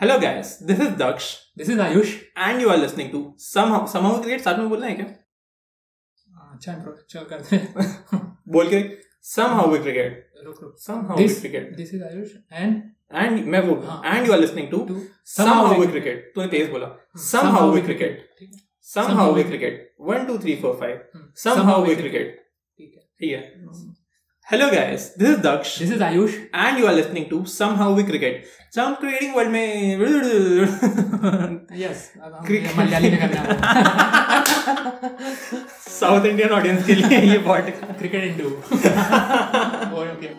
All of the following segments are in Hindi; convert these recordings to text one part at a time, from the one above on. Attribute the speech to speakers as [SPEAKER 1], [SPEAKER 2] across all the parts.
[SPEAKER 1] Hello guys this is Daksh
[SPEAKER 2] this is Ayush
[SPEAKER 1] and you are listening to somehow somehow cricket साथ में बोलना है क्या
[SPEAKER 2] अच्छा इंट्रो चल करते हैं
[SPEAKER 1] बोल के समहाउ वी क्रिकेट
[SPEAKER 2] रुक रुक
[SPEAKER 1] somehow we
[SPEAKER 2] this
[SPEAKER 1] cricket
[SPEAKER 2] this is Ayush and
[SPEAKER 1] and मैं वो
[SPEAKER 2] हाँ।
[SPEAKER 1] And you are listening to
[SPEAKER 2] to
[SPEAKER 1] somehow we cricket तूने तेज बोला समहाउ वी क्रिकेट
[SPEAKER 2] ठीक है
[SPEAKER 1] समहाउ वी क्रिकेट 1 2 3 4 5
[SPEAKER 2] हम्म,
[SPEAKER 1] समहाउ वी
[SPEAKER 2] we
[SPEAKER 1] क्रिकेट
[SPEAKER 2] ठीक है
[SPEAKER 1] ठीक है hello guys this is Daksh
[SPEAKER 2] this is Ayush
[SPEAKER 1] and you are listening to somehow we cricket some cricketing world में
[SPEAKER 2] यस अब हम
[SPEAKER 1] Cricket.
[SPEAKER 2] ये मलयाली में करना है
[SPEAKER 1] साउथ इंडियन ऑडियंस के लिए ये पॉडकास्ट
[SPEAKER 2] क्रिकेट इंडू okay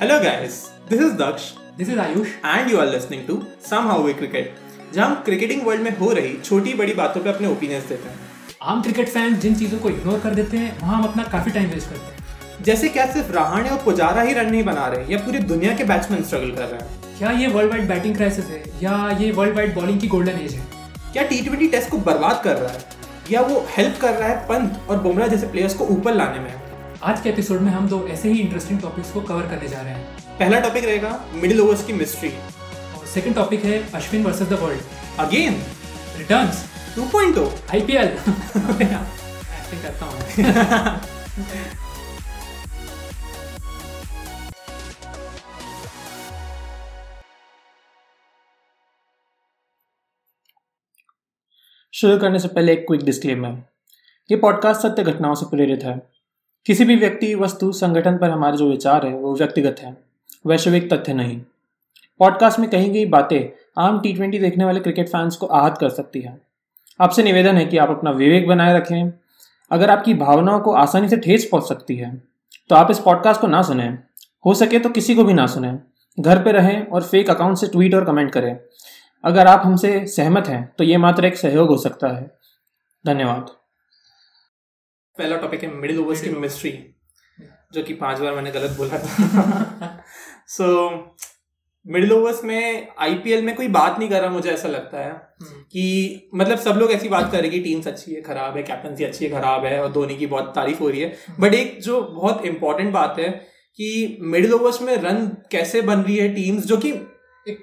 [SPEAKER 1] hello guys this is Daksh
[SPEAKER 2] this is Ayush
[SPEAKER 1] and you are listening to some how we cricket जहां हम क्रिकेटिंग वर्ल्ड में हो रही छोटी बड़ी बातों पे अपने ओपिनियंस देते हैं
[SPEAKER 2] आम क्रिकेट फैन जिन चीज़ों को इग्नोर कर देते हैं वहाँ हम अपना काफ़ी टाइम वेस्ट करते हैं
[SPEAKER 1] जैसे क्या सिर्फ रहाणे और पुजारा ही रन नहीं बना रहे या पूरी दुनिया के बैट्समैन स्ट्रगल कर रहे हैं
[SPEAKER 2] क्या ये वर्ल्ड वाइड बैटिंग क्राइसिस है या ये वर्ल्ड वाइड बॉलिंग की गोल्डन एज है
[SPEAKER 1] क्या टी ट्वेंटी टेस्ट को बर्बाद कर रहा है या वो हेल्प कर रहा है पंत और बुमराह जैसे प्लेयर्स को ऊपर लाने में
[SPEAKER 2] आज के एपिसोड में हम दो ऐसे ही इंटरेस्टिंग टॉपिक्स को कवर करने जा रहे हैं
[SPEAKER 1] पहला टॉपिक रहेगा मिडिल ओवर्स की मिस्ट्री
[SPEAKER 2] और सेकंड टॉपिक है Ashwin versus the world
[SPEAKER 1] again
[SPEAKER 2] returns
[SPEAKER 1] 2.0 point
[SPEAKER 2] IPL acting करता हूँ
[SPEAKER 3] शुरू करने से पहले एक क्विक डिस्क्लेमर ये पॉडकास्ट सत्य घटनाओं से प्रेरित है किसी भी व्यक्ति वस्तु संगठन पर हमारे जो विचार हैं वो व्यक्तिगत हैं वैश्विक तथ्य नहीं पॉडकास्ट में कही गई बातें आम टी ट्वेंटी देखने वाले क्रिकेट फैंस को आहत कर सकती है आपसे निवेदन है कि आप अपना विवेक बनाए रखें अगर आपकी भावनाओं को आसानी से ठेस पहुंच सकती है तो आप इस पॉडकास्ट को ना सुनें हो सके तो किसी को भी ना सुनें घर पर रहें और फेक अकाउंट से ट्वीट और कमेंट करें अगर आप हमसे सहमत हैं तो ये मात्र एक सहयोग हो सकता है धन्यवाद
[SPEAKER 1] पहला टॉपिक है मिडिल ओवर्स की मिस्ट्री जो कि पांच बार मैंने गलत बोला था सो मिडिल ओवर्स में आईपीएल में कोई बात नहीं कर रहा मुझे ऐसा लगता है कि मतलब सब लोग ऐसी बात कर रहे हैं कि टीम्स अच्छी है खराब है कैप्टनसी अच्छी है खराब है और धोनी की बहुत तारीफ हो रही है बट एक जो बहुत इंपॉर्टेंट बात है कि मिडिल ओवर्स में रन कैसे बन रही है टीम्स जो कि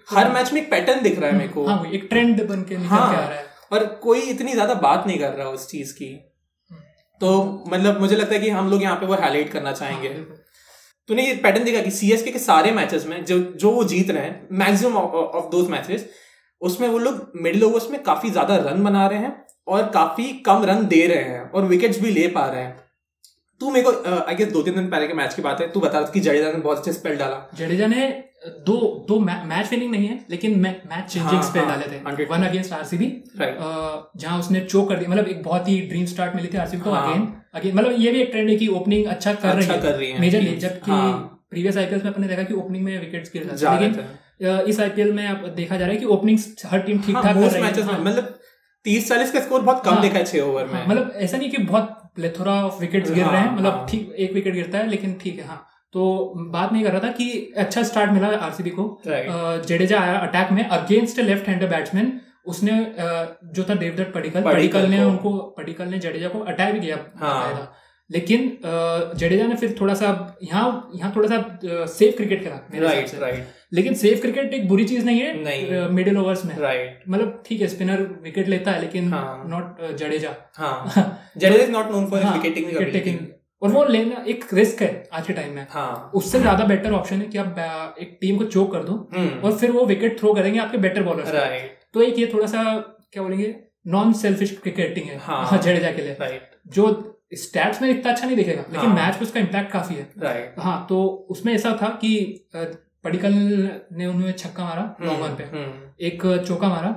[SPEAKER 1] हर मैच में एक पैटर्न दिख रहा है मेरे को
[SPEAKER 2] हाँ वो एक ट्रेंड बन के निकल
[SPEAKER 1] हाँ।
[SPEAKER 2] के आ रहा है
[SPEAKER 1] और कोई इतनी ज्यादा बात नहीं कर रहा उस चीज की तो मतलब मुझे लगता है कि हम लोग यहाँ पे वो हाईलाइट करना चाहेंगे
[SPEAKER 2] हाँ, बिल्कुल।
[SPEAKER 1] तूने ये पैटर्न देखा कि सीएसके के सारे मैचेस में जो जो वो जीत रहे हैं मैक्सिमम ऑफ दोज मैचेस उसमें वो लोग मिडिल ओवर्स में काफी ज्यादा रन बना रहे हैं और काफी कम रन दे रहे हैं और विकेट्स भी ले पा रहे हैं तू मेरे को आई गेस दो तीन दिन पहले के मैच की बात है तू बता रहा था कि जडेजा ने बहुत अच्छे स्पेल डाला
[SPEAKER 2] जडेजा ने दो दो मैच विनिंग नहीं है लेकिन मैच चेंजिंग
[SPEAKER 1] हाँ,
[SPEAKER 2] स्पेल
[SPEAKER 1] हाँ,
[SPEAKER 2] डाले थे
[SPEAKER 1] 100
[SPEAKER 2] वन अगेंस्ट आरसीबी
[SPEAKER 1] राइट
[SPEAKER 2] जहां उसने चोक कर दिया मतलब एक बहुत ही ड्रीम स्टार्ट मिली थी आरसीबी को
[SPEAKER 1] हाँ।
[SPEAKER 2] अगेन अगेन मतलब ये भी एक ट्रेंड है कि ओपनिंग अच्छा कर रही
[SPEAKER 1] अच्छा
[SPEAKER 2] है
[SPEAKER 1] कर रही है
[SPEAKER 2] मेजरली जबकि
[SPEAKER 1] हाँ,
[SPEAKER 2] प्रीवियस आईपीएल में अपने देखा कि ओपनिंग में विकेट्स गिर जाते
[SPEAKER 1] जा
[SPEAKER 2] हैं।
[SPEAKER 1] रहे
[SPEAKER 2] लेकिन
[SPEAKER 1] थे।
[SPEAKER 2] अ, इस आईपीएल में अब देखा जा रहा है कि ओपनिंग हर टीम ठीक
[SPEAKER 1] हाँ,
[SPEAKER 2] ठाक कर
[SPEAKER 1] most
[SPEAKER 2] रही है
[SPEAKER 1] matches में
[SPEAKER 2] हाँ।
[SPEAKER 1] मतलब तीस चालीस का स्कोर बहुत कम
[SPEAKER 2] हाँ,
[SPEAKER 1] देखा है छह ओवर में
[SPEAKER 2] हाँ, मतलब ऐसा नहीं कि बहुत प्लेथोरा ऑफ विकेट्स गिर
[SPEAKER 1] हाँ,
[SPEAKER 2] रहे हैं
[SPEAKER 1] हाँ।
[SPEAKER 2] मतलब ठीक एक विकेट गिरता है लेकिन ठीक है हाँ तो बात नहीं कर रहा था कि अच्छा स्टार्ट मिला आरसीबी को
[SPEAKER 1] Right.
[SPEAKER 2] अ, जडेजा आया अटैक में अगेंस्ट लेफ्ट हैंडर बैट्समैन उसने अ, जो था देवदत्त पडिकल
[SPEAKER 1] पडिक्कल
[SPEAKER 2] पडिकल ने
[SPEAKER 1] को-
[SPEAKER 2] उनको पडिकल ने जडेजा को अटैक भी किया
[SPEAKER 1] हाँ।
[SPEAKER 2] बकायदा। लेकिन अ, जडेजा ने फिर थोड़ा सा यहाँ यहाँ थोड़ा सा सेफ क्रिकेट खेला मेरे हिसाब
[SPEAKER 1] राइट
[SPEAKER 2] से।
[SPEAKER 1] राइट
[SPEAKER 2] लेकिन सेफ क्रिकेट एक बुरी चीज नहीं
[SPEAKER 1] नहीं।
[SPEAKER 2] है मिडिल ओवर्स में
[SPEAKER 1] राइट
[SPEAKER 2] मतलब ठीक है स्पिनर विकेट लेता है लेकिन
[SPEAKER 1] हाँ।
[SPEAKER 2] नॉट जडेजा
[SPEAKER 1] हाँ Jadeja is not known for
[SPEAKER 2] हाँ,
[SPEAKER 1] विकेट टेकिंग
[SPEAKER 2] wicket taking। और वो लेना एक रिस्क है आज के टाइम में
[SPEAKER 1] हाँ
[SPEAKER 2] उससे ज्यादा बेटर ऑप्शन है कि आप अ, एक टीम को चोक कर दो
[SPEAKER 1] हम्म
[SPEAKER 2] और फिर वो विकेट थ्रो करेंगे आपके बेटर बॉलर
[SPEAKER 1] राइट
[SPEAKER 2] तो एक ये थोड़ा सा क्या बोलेंगे नॉन सेल्फिश क्रिकेटिंग है
[SPEAKER 1] हाँ।
[SPEAKER 2] जडेजा के लिए
[SPEAKER 1] राइट
[SPEAKER 2] जो स्टैट्स में इतना अच्छा नहीं दिखेगा लेकिन
[SPEAKER 1] हाँ।
[SPEAKER 2] मैच में उसका इम्पैक्ट काफी है
[SPEAKER 1] राइट
[SPEAKER 2] हाँ तो उसमें ऐसा था कि अ, पडिकल ने उन्हें छक्का मारा
[SPEAKER 1] Hmm, हम्म।
[SPEAKER 2] लॉन्ग ऑन पे एक चौका मारा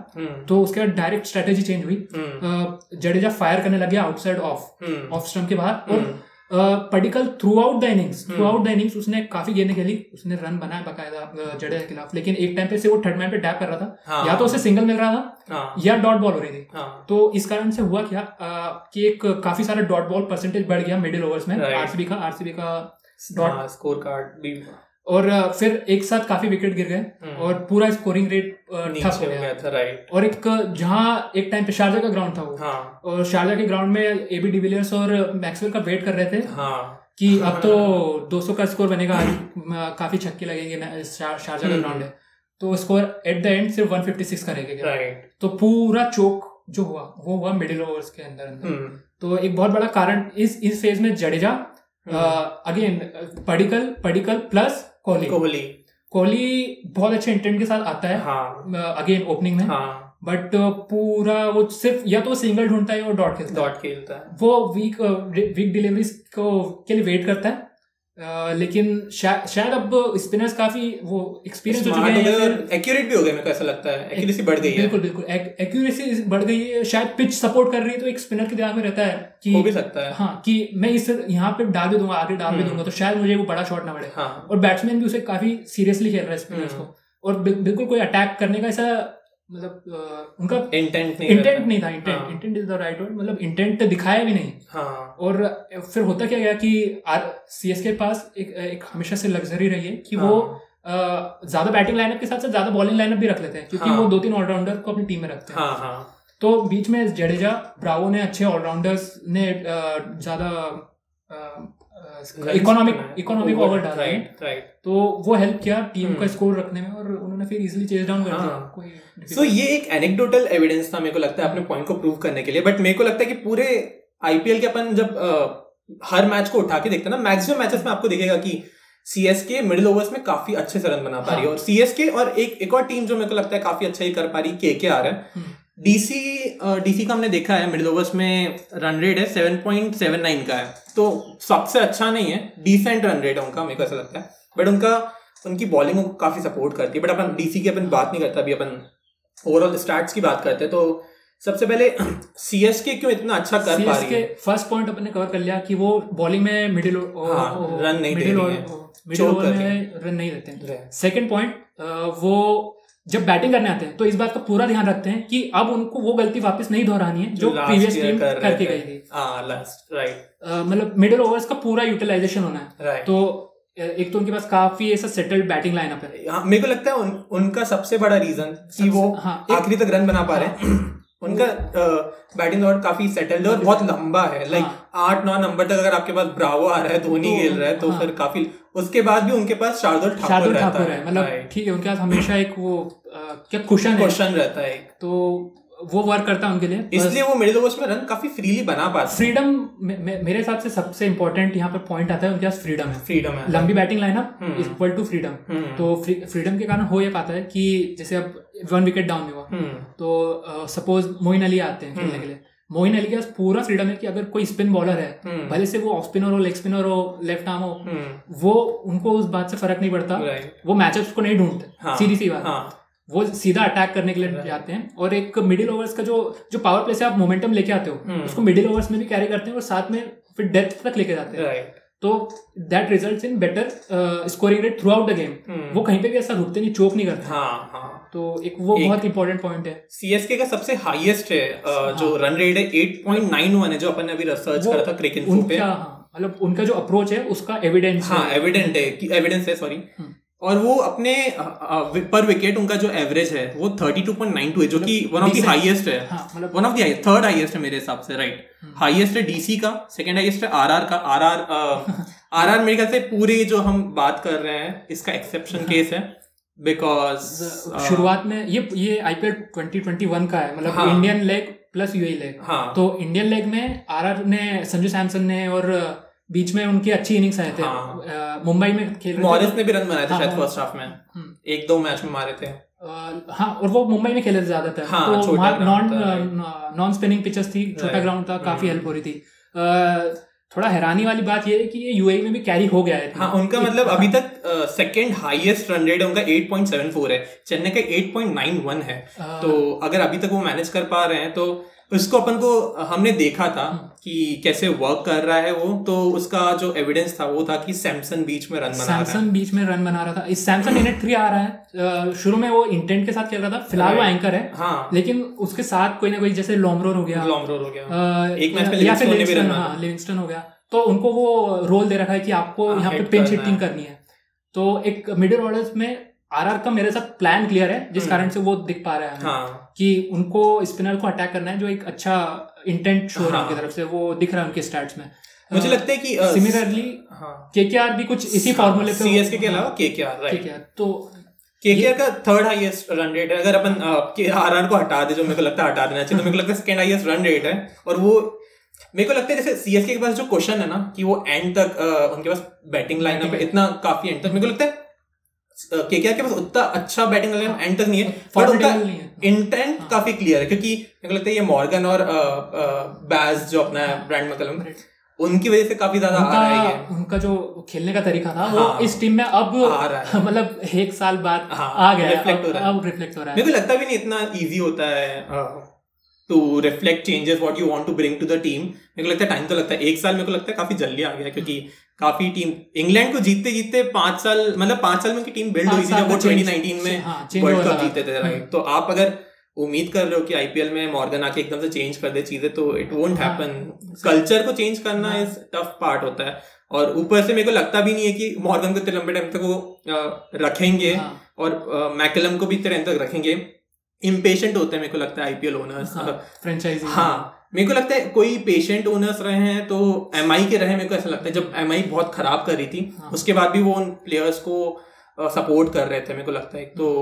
[SPEAKER 2] तो उसके बाद डायरेक्ट स्ट्रेटेजी चेंज हुई
[SPEAKER 1] hmm,
[SPEAKER 2] अ, जडेजा फायर करने लग गया आउटसाइड ऑफ ऑफ स्टम्प के बाहर और पर्टिकल थ्रू आउट द इनिंग्स
[SPEAKER 1] हम्म।
[SPEAKER 2] थ्रू आउट द इनिंग्स उसने काफी गेंदें खेली उसने रन बनाया बकायदा अ, जडेजा के खिलाफ लेकिन एक टाइम पे से वो थर्ड मैन पे टैप कर रहा था
[SPEAKER 1] हाँ,
[SPEAKER 2] या तो उसे सिंगल मिल रहा था या डॉट बॉल हो रही थी तो इस कारण से हुआ क्या अ, कि एक काफी सारा डॉट बॉल परसेंटेज बढ़ गया मिडिल ओवर्स में
[SPEAKER 1] Right.
[SPEAKER 2] आरसीबी का आरसीबी का Dot- Hmm.
[SPEAKER 1] Dot score card हाँ, भी
[SPEAKER 2] और अ, फिर एक साथ काफी विकेट गिर गए
[SPEAKER 1] हम्म,
[SPEAKER 2] और पूरा स्कोरिंग रेट
[SPEAKER 1] नीचे
[SPEAKER 2] ठप हो गया
[SPEAKER 1] था राइट
[SPEAKER 2] और एक अ, जहाँ एक टाइम पे शारजा का ग्राउंड था वो
[SPEAKER 1] हाँ
[SPEAKER 2] और शारजा के ग्राउंड में एबी डिविलियर्स और मैक्सवेल का वेट कर रहे थे
[SPEAKER 1] हाँ
[SPEAKER 2] कि अब तो 200 का स्कोर बनेगा आज, म, काफी छक्के लगेंगे मैं- शा- शारजा का
[SPEAKER 1] हम्म।
[SPEAKER 2] ग्राउंड है तो स्कोर एट द एंड सिर्फ 156 का रह गया
[SPEAKER 1] राइट
[SPEAKER 2] तो पूरा चोक जो हुआ वो हुआ मिडिल ओवर्स के अंदर
[SPEAKER 1] Hmm.
[SPEAKER 2] अंदर
[SPEAKER 1] हम्म।
[SPEAKER 2] तो एक बहुत बड़ा कारण इस इस फेज में जडेजा
[SPEAKER 1] हम्म। Hmm.
[SPEAKER 2] Hmm. Again Padikkal Padikkal plus Kohli
[SPEAKER 1] Kohli
[SPEAKER 2] Kohli बहुत अच्छे इंटेंट के साथ आता है
[SPEAKER 1] हाँ
[SPEAKER 2] अगेन ओपनिंग में
[SPEAKER 1] हाँ
[SPEAKER 2] बट पूरा वो सिर्फ या तो सिंगल ढूंढता है और डॉट खेलता है
[SPEAKER 1] डॉट खेलता है
[SPEAKER 2] वो uh, वीक वीक डिलीवरी को के लिए वेट करता है अ, लेकिन शा, शायद अब स्पिनर्स काफी वो एक्सपीरियंस हो चुके हैं या फिर-
[SPEAKER 1] एक्यूरेट भी हो गए मेरे को ऐसा लगता है एक्यूरेसी बढ़ गई है
[SPEAKER 2] बिल्कुल बिल्कुल एक्यूरेसी बढ़ गई है शायद पिच सपोर्ट कर रही है तो एक स्पिनर के दिमाग में रहता है
[SPEAKER 1] हो भी
[SPEAKER 2] कि
[SPEAKER 1] सकता है
[SPEAKER 2] हाँ कि मैं इस यहाँ पे डाल भी दूंगा आगे डाल भी
[SPEAKER 1] हम्म।
[SPEAKER 2] दूंगा तो शायद मुझे वो बड़ा शॉट ना पड़े
[SPEAKER 1] हाँ
[SPEAKER 2] और बैट्समैन भी उसे काफी सीरियसली खेल रहा है स्पिनर्स
[SPEAKER 1] हम्म।
[SPEAKER 2] को और बिल- बिल्कुल कोई अटैक करने का ऐसा मतलब अ, उनका
[SPEAKER 1] इंटेंट नहीं रहता।
[SPEAKER 2] इंटेंट नहीं था इंटेंट
[SPEAKER 1] हाँ।
[SPEAKER 2] Intent is the right word मतलब इंटेंट दिखाया भी नहीं
[SPEAKER 1] हाँ
[SPEAKER 2] और फिर होता क्या गया कि आर सी एस के पास एक, एक हमेशा से लग्जरी रही है कि वो
[SPEAKER 1] हाँ,
[SPEAKER 2] अ, ज्यादा बैटिंग लाइनअप के साथ साथ ज्यादा बॉलिंग लाइनअप भी रख लेते हैं क्योंकि
[SPEAKER 1] हाँ।
[SPEAKER 2] वो दो तीन ऑलराउंडर को अपनी टीम में रखते हैं
[SPEAKER 1] हाँ हाँ
[SPEAKER 2] तो बीच में जडेजा ब्रावो ने अच्छे ऑलराउंडर्स ने अ, ज्यादा इकोनॉमिक इकोनॉमिक ओवर डाला है
[SPEAKER 1] राइट राइट
[SPEAKER 2] तो वो हेल्प किया टीम
[SPEAKER 1] हम्म।
[SPEAKER 2] का स्कोर रखने में और उन्होंने फिर इजीली चेज डाउन कर दिया
[SPEAKER 1] हाँ।
[SPEAKER 2] कोई
[SPEAKER 1] सो
[SPEAKER 2] difficult-
[SPEAKER 1] ये एक एनेक्डोटल एविडेंस था मेरे को लगता है अपने पॉइंट को प्रूव करने के लिए बट मेरे को लगता है कि पूरे आईपीएल के अपन जब अ, हर मैच को उठा के देखते हैं ना मैक्सिमम मैचेस में आपको दिखेगा कि सीएसके मिडिल ओवर्स में काफी अच्छे से रन बना पा रही है
[SPEAKER 2] हाँ।
[SPEAKER 1] और सीएसके और एक एक और टीम जो मेरे को लगता है काफी अच्छा ही कर पा रही के के आ रहा है
[SPEAKER 2] हम्म।
[SPEAKER 1] डीसी डीसी का हमने देखा है मिडिल ओवर्स में रन रेट है 7.79 का है तो सबसे अच्छा नहीं है डिसेंट रन रेट है उनका मेरे को ऐसा लगता है बट उनका उनकी बॉलिंग को काफी सपोर्ट करती है बट अपन डीसी की अपन बात नहीं करते अभी अपन ओवरऑल स्टार्ट की बात करते हैं तो सबसे पहले सीएसके क्यों इतना अच्छा कर पा रही
[SPEAKER 2] सीएसके
[SPEAKER 1] है
[SPEAKER 2] फर्स्ट पॉइंट अपने कवर कर लिया कि वो बॉलिंग में मिडिल
[SPEAKER 1] हाँ, run नहीं दे रही है।
[SPEAKER 2] मिडिल
[SPEAKER 1] Choke
[SPEAKER 2] ओवर
[SPEAKER 1] कर रही
[SPEAKER 2] में रन नहीं देते हैं
[SPEAKER 1] Right.
[SPEAKER 2] सेकंड पॉइंट वो जब बैटिंग करने आते हैं तो इस बात का पूरा ध्यान रखते हैं कि अब उनको वो गलती वापस नहीं दोहरानी है जो
[SPEAKER 1] last
[SPEAKER 2] प्रीवियस
[SPEAKER 1] year
[SPEAKER 2] टीम
[SPEAKER 1] कर रहे
[SPEAKER 2] करके
[SPEAKER 1] थे।
[SPEAKER 2] गई थी
[SPEAKER 1] हाँ लास्ट राइट
[SPEAKER 2] अ, मतलब मिडिल ओवर्स का पूरा यूटिलाइजेशन होना है
[SPEAKER 1] राइट
[SPEAKER 2] तो अ, एक तो उनके पास काफी ऐसा सेटल्ड बैटिंग लाइनअप है
[SPEAKER 1] हाँ मेरे को लगता है उन, उनका सबसे बड़ा रीजन कि वो
[SPEAKER 2] सबसे- हाँ, एक-
[SPEAKER 1] आखिरी तक रन बना पा रहे हैं उनका बैटिंग ऑर्डर काफी सेटल्ड है और बहुत लंबा है लाइक आठ नौ नंबर तक अगर आपके पास ब्रावो आ रहा है धोनी
[SPEAKER 2] हाँ। तो-
[SPEAKER 1] खेल रहा है तो
[SPEAKER 2] हाँ।
[SPEAKER 1] फिर काफी उसके बाद भी उनके पास शार्दुल ठाकुर
[SPEAKER 2] शार्दुल
[SPEAKER 1] रहता
[SPEAKER 2] ठाकुर
[SPEAKER 1] है
[SPEAKER 2] है मतलब
[SPEAKER 1] Right.
[SPEAKER 2] ठीक है उनके पास हमेशा एक वो अ, क्या कुशन है
[SPEAKER 1] क्वेश्चन रहता है एक।
[SPEAKER 2] तो वो वर्क करता है उनके लिए बस-
[SPEAKER 1] इसलिए वो मिडिल ओवर्स में रन काफी फ्रीली बना पाते
[SPEAKER 2] फ्रीडम मे- मे- मेरे हिसाब से सबसे इंपॉर्टेंट यहाँ पर पॉइंट आता है उनके पास फ्रीडम है
[SPEAKER 1] हैं फ्रीडम है
[SPEAKER 2] लंबी बैटिंग लाइनअप
[SPEAKER 1] हम्म।
[SPEAKER 2] इक्वल टू फ्रीडम
[SPEAKER 1] हम्म,
[SPEAKER 2] तो फ्रीडम के कारण हो ये पाता है कि जैसे अब वन विकेट डाउन हुआ
[SPEAKER 1] हम्म,
[SPEAKER 2] तो सपोज मोइन अली आते हैं खेलने
[SPEAKER 1] हम्म।
[SPEAKER 2] के लिए मोइन अली के पास पूरा फ्रीडम है कि अगर कोई स्पिन बॉलर है
[SPEAKER 1] हम्म,
[SPEAKER 2] भले से वो ऑफ स्पिनर हो लेग स्पिनर हो लेफ्ट आर्म हो
[SPEAKER 1] हम्म,
[SPEAKER 2] वो उनको उस बात से फर्क नहीं पड़ता
[SPEAKER 1] right.
[SPEAKER 2] वो मैचअप्स को नहीं ढूंढते
[SPEAKER 1] हाँ,
[SPEAKER 2] सीधी सी बात है।
[SPEAKER 1] हाँ,
[SPEAKER 2] वो सीधा अटैक करने के लिए
[SPEAKER 1] Right.
[SPEAKER 2] जाते हैं और एक मिडिल ओवर्स का जो जो पावर प्ले से आप मोमेंटम लेके आते हो
[SPEAKER 1] हम्म।
[SPEAKER 2] उसको मिडिल ओवर्स में भी कैरी करते हैं और साथ में फिर डेथ तक लेके जाते हैं
[SPEAKER 1] right.
[SPEAKER 2] तो that result in better scoring rate throughout the game
[SPEAKER 1] हम्म,
[SPEAKER 2] वो कहीं पे भी ऐसा रुकते नहीं चोक नहीं करते
[SPEAKER 1] हाँ हाँ
[SPEAKER 2] तो एक वो
[SPEAKER 1] एक-
[SPEAKER 2] बहुत इंपॉर्टेंट पॉइंट है
[SPEAKER 1] सीएसके का सबसे हाईएस्ट है अ, जो रन रेट है 8.91 है जो अपन ने अभी रिसर्च
[SPEAKER 2] हाँ। वो
[SPEAKER 1] करा था क्रिक इन्फो पे
[SPEAKER 2] उनका हाँ, मतलब उनका जो अप्रोच है उसका एविडेंस
[SPEAKER 1] हाँ एविडेंट है कि एविडेंस है सॉरी
[SPEAKER 2] हम्म।
[SPEAKER 1] और वो अपने अ, अ, पर विकेट उनका जो एवरेज है वो 32.92 है जो कि one of the
[SPEAKER 2] decent।
[SPEAKER 1] Highest है
[SPEAKER 2] हाँ मतलब
[SPEAKER 1] one of the third highest है मेरे हिसाब से राइट
[SPEAKER 2] Hmm.
[SPEAKER 1] हाईएस्ट है डीसी का सेकंड हाईएस्ट है आरआर का आरआर आरआर मेरे ख्याल से पूरे जो हम बात कर रहे हैं इसका एक्सेप्शन केस है बिकॉज
[SPEAKER 2] शुरुआत में ये ये आईपीएल 2021 का है
[SPEAKER 1] हाँ।
[SPEAKER 2] मतलब Indian leg plus UAE leg
[SPEAKER 1] हाँ
[SPEAKER 2] तो इंडियन लेग में आरआर ने संजू सैमसन ने और uh, बीच में उनकी अच्छी इनिंग्स आए थे
[SPEAKER 1] हाँ।
[SPEAKER 2] अ, मुंबई में खेल रहे थे
[SPEAKER 1] मॉरिस ने भी रन बनाए थे
[SPEAKER 2] हाँ,
[SPEAKER 1] शायद
[SPEAKER 2] हाँ।
[SPEAKER 1] फर्स्ट हाफ में
[SPEAKER 2] हम्म।
[SPEAKER 1] एक दो मैच में मारे थे
[SPEAKER 2] अ, हाँ और वो मुंबई में खेले थे ज्यादातर
[SPEAKER 1] हाँ,
[SPEAKER 2] तो
[SPEAKER 1] छोटा
[SPEAKER 2] वहाँ
[SPEAKER 1] ground
[SPEAKER 2] नॉन
[SPEAKER 1] था,
[SPEAKER 2] नॉन स्पिनिंग पिचेस थी छोटा
[SPEAKER 1] Right.
[SPEAKER 2] ग्राउंड था काफी
[SPEAKER 1] हम्म।
[SPEAKER 2] हेल्प हो रही थी अ, थोड़ा हैरानी वाली बात ये है कि ये यूएई में भी कैरी हो गया है
[SPEAKER 1] हाँ उनका मतलब अभी तक सेकंड हाईएस्ट रन रेट उनका 8.74 है चेन्नई का 8.91 है
[SPEAKER 2] अ,
[SPEAKER 1] तो अगर अभी तक वो मैनेज कर पा रहे हैं तो उसको अपन को अ, हमने देखा था
[SPEAKER 2] हम्म।
[SPEAKER 1] कि कैसे वर्क कर रहा है वो तो उसका जो एविडेंस था वो था कि सैमसन बीच में रन बना रहा है
[SPEAKER 2] सैमसंग बीच में रन बना रहा था इस सैमसंग यूनिट थ्री आ रहा है अ, शुरू में वो इंटेंट के साथ खेल रहा था फिलहाल वो
[SPEAKER 1] Right.
[SPEAKER 2] एंकर है
[SPEAKER 1] हाँ
[SPEAKER 2] लेकिन उसके साथ कोई ना कोई जैसे लॉमरोर हो गया
[SPEAKER 1] लॉमरोर हो गया
[SPEAKER 2] अह,
[SPEAKER 1] एक मैच में
[SPEAKER 2] या
[SPEAKER 1] लिविंगस्टोन ने भी
[SPEAKER 2] फिर लिविंगस्टन
[SPEAKER 1] रन मारा।
[SPEAKER 2] हाँ लिविंगस्टन हो गया तो उनको वो रोल दे रखा है कि आपको
[SPEAKER 1] हाँ,
[SPEAKER 2] यहाँ पे
[SPEAKER 1] hit
[SPEAKER 2] पिंच
[SPEAKER 1] करना
[SPEAKER 2] हिटिंग
[SPEAKER 1] है।
[SPEAKER 2] करनी है तो एक मिडिल ऑर्डर्स में आरआर का मेरे साथ प्लान क्लियर है जिस
[SPEAKER 1] हम्म।
[SPEAKER 2] कारण से वो दिख पा रहा है हमें
[SPEAKER 1] हाँ
[SPEAKER 2] कि उनको स्पिनर को अटैक करना है जो एक अच्छा इंटेंट शो है
[SPEAKER 1] हाँ।
[SPEAKER 2] उनकी तरफ से वो दिख रहा है उनके स्टैट्स में
[SPEAKER 1] मुझे लगता है कि अ,
[SPEAKER 2] सिमिलरली
[SPEAKER 1] हाँ
[SPEAKER 2] केकेआर भी कुछ uh, इसी फॉर्मूले पे
[SPEAKER 1] सीएसके के अलावा केकेआर
[SPEAKER 2] ठीक
[SPEAKER 1] राइट
[SPEAKER 2] है तो
[SPEAKER 1] केकेआर का थर्ड हाईएस्ट रन रेट है अगर अपन के आरआर को हटा दे जो मेरे को लगता है हटा देना चाहिए तो मेरे को लगता है सेकंड हाईएस्ट रन रेट है और वो मेरे को लगता है जैसे सीएसके के पास जो क्वेश्चन है ना कि वो एंड तक अ, उनके पास बैटिंग लाइनअप है इतना काफी एंड तक मेरे को लगता है केकेआर के पास उतना अच्छा बैटिंग लाइनअप एंड तक नहीं है पर उनका
[SPEAKER 2] Formidable नहीं है।
[SPEAKER 1] इंटेंट
[SPEAKER 2] हाँ।
[SPEAKER 1] काफी क्लियर है क्योंकि मेरे को लगता है ये मॉर्गन और बैज जो अपना ब्रांड मकलम उनकी वजह से काफी ज्यादा आ रहा है ये
[SPEAKER 2] उनका उनका जो खेलने का तरीका था वो
[SPEAKER 1] हाँ।
[SPEAKER 2] इस टीम में अब
[SPEAKER 1] आ रहा है।
[SPEAKER 2] मतलब एक साल बाद
[SPEAKER 1] हाँ,
[SPEAKER 2] आ गया है,
[SPEAKER 1] reflect
[SPEAKER 2] अब-
[SPEAKER 1] हो रहा है।
[SPEAKER 2] अब रिफ्लेक्ट हो रहा
[SPEAKER 1] मेरे
[SPEAKER 2] है
[SPEAKER 1] को लगता भी नहीं इतना इजी होता है हाँ, to reflect changes what you want to bring to the team मेरे को लगता है टाइम तो लगता है एक साल मेरे को लगता है काफी जल्दी आ गया क्योंकि काफी टीम इंग्लैंड को जीतते जीतते पांच साल मतलब पांच साल में उनकी टीम बिल्ड
[SPEAKER 2] पाँच
[SPEAKER 1] हुई थी
[SPEAKER 2] साल
[SPEAKER 1] जब वो
[SPEAKER 2] का change-
[SPEAKER 1] 2019 में
[SPEAKER 2] हाँ, change
[SPEAKER 1] वर्ल्ड
[SPEAKER 2] हुआ
[SPEAKER 1] कप
[SPEAKER 2] था। हाँ,
[SPEAKER 1] जीते थे राइट तो आप अगर उम्मीद कर रहे हो कि आईपीएल में मॉर्गन आके एकदम से चेंज कर दे चीजें तो इट वोंट
[SPEAKER 2] हाँ,
[SPEAKER 1] हैपन कल्चर को चेंज करना
[SPEAKER 2] हाँ।
[SPEAKER 1] इज टफ पार्ट होता है और ऊपर से मेरे को लगता भी नहीं है कि मॉर्गन को इतने लंबे टाइम तक वो अ, रखेंगे
[SPEAKER 2] हाँ,
[SPEAKER 1] और मैकलम को भी इतने तक रखेंगे इम्पेशेंट होते हैं मेरे को लगता है आईपीएल ओनर्स
[SPEAKER 2] हाँ, franchise-
[SPEAKER 1] हाँ मेरे को लगता है कोई पेशेंट ओनर्स रहे हैं तो एम के रहे हैं, मेरे को ऐसा लगता है जब एम बहुत खराब कर रही थी
[SPEAKER 2] हाँ।
[SPEAKER 1] उसके बाद भी वो उन प्लेयर्स को सपोर्ट कर रहे थे मेरे को लगता है तो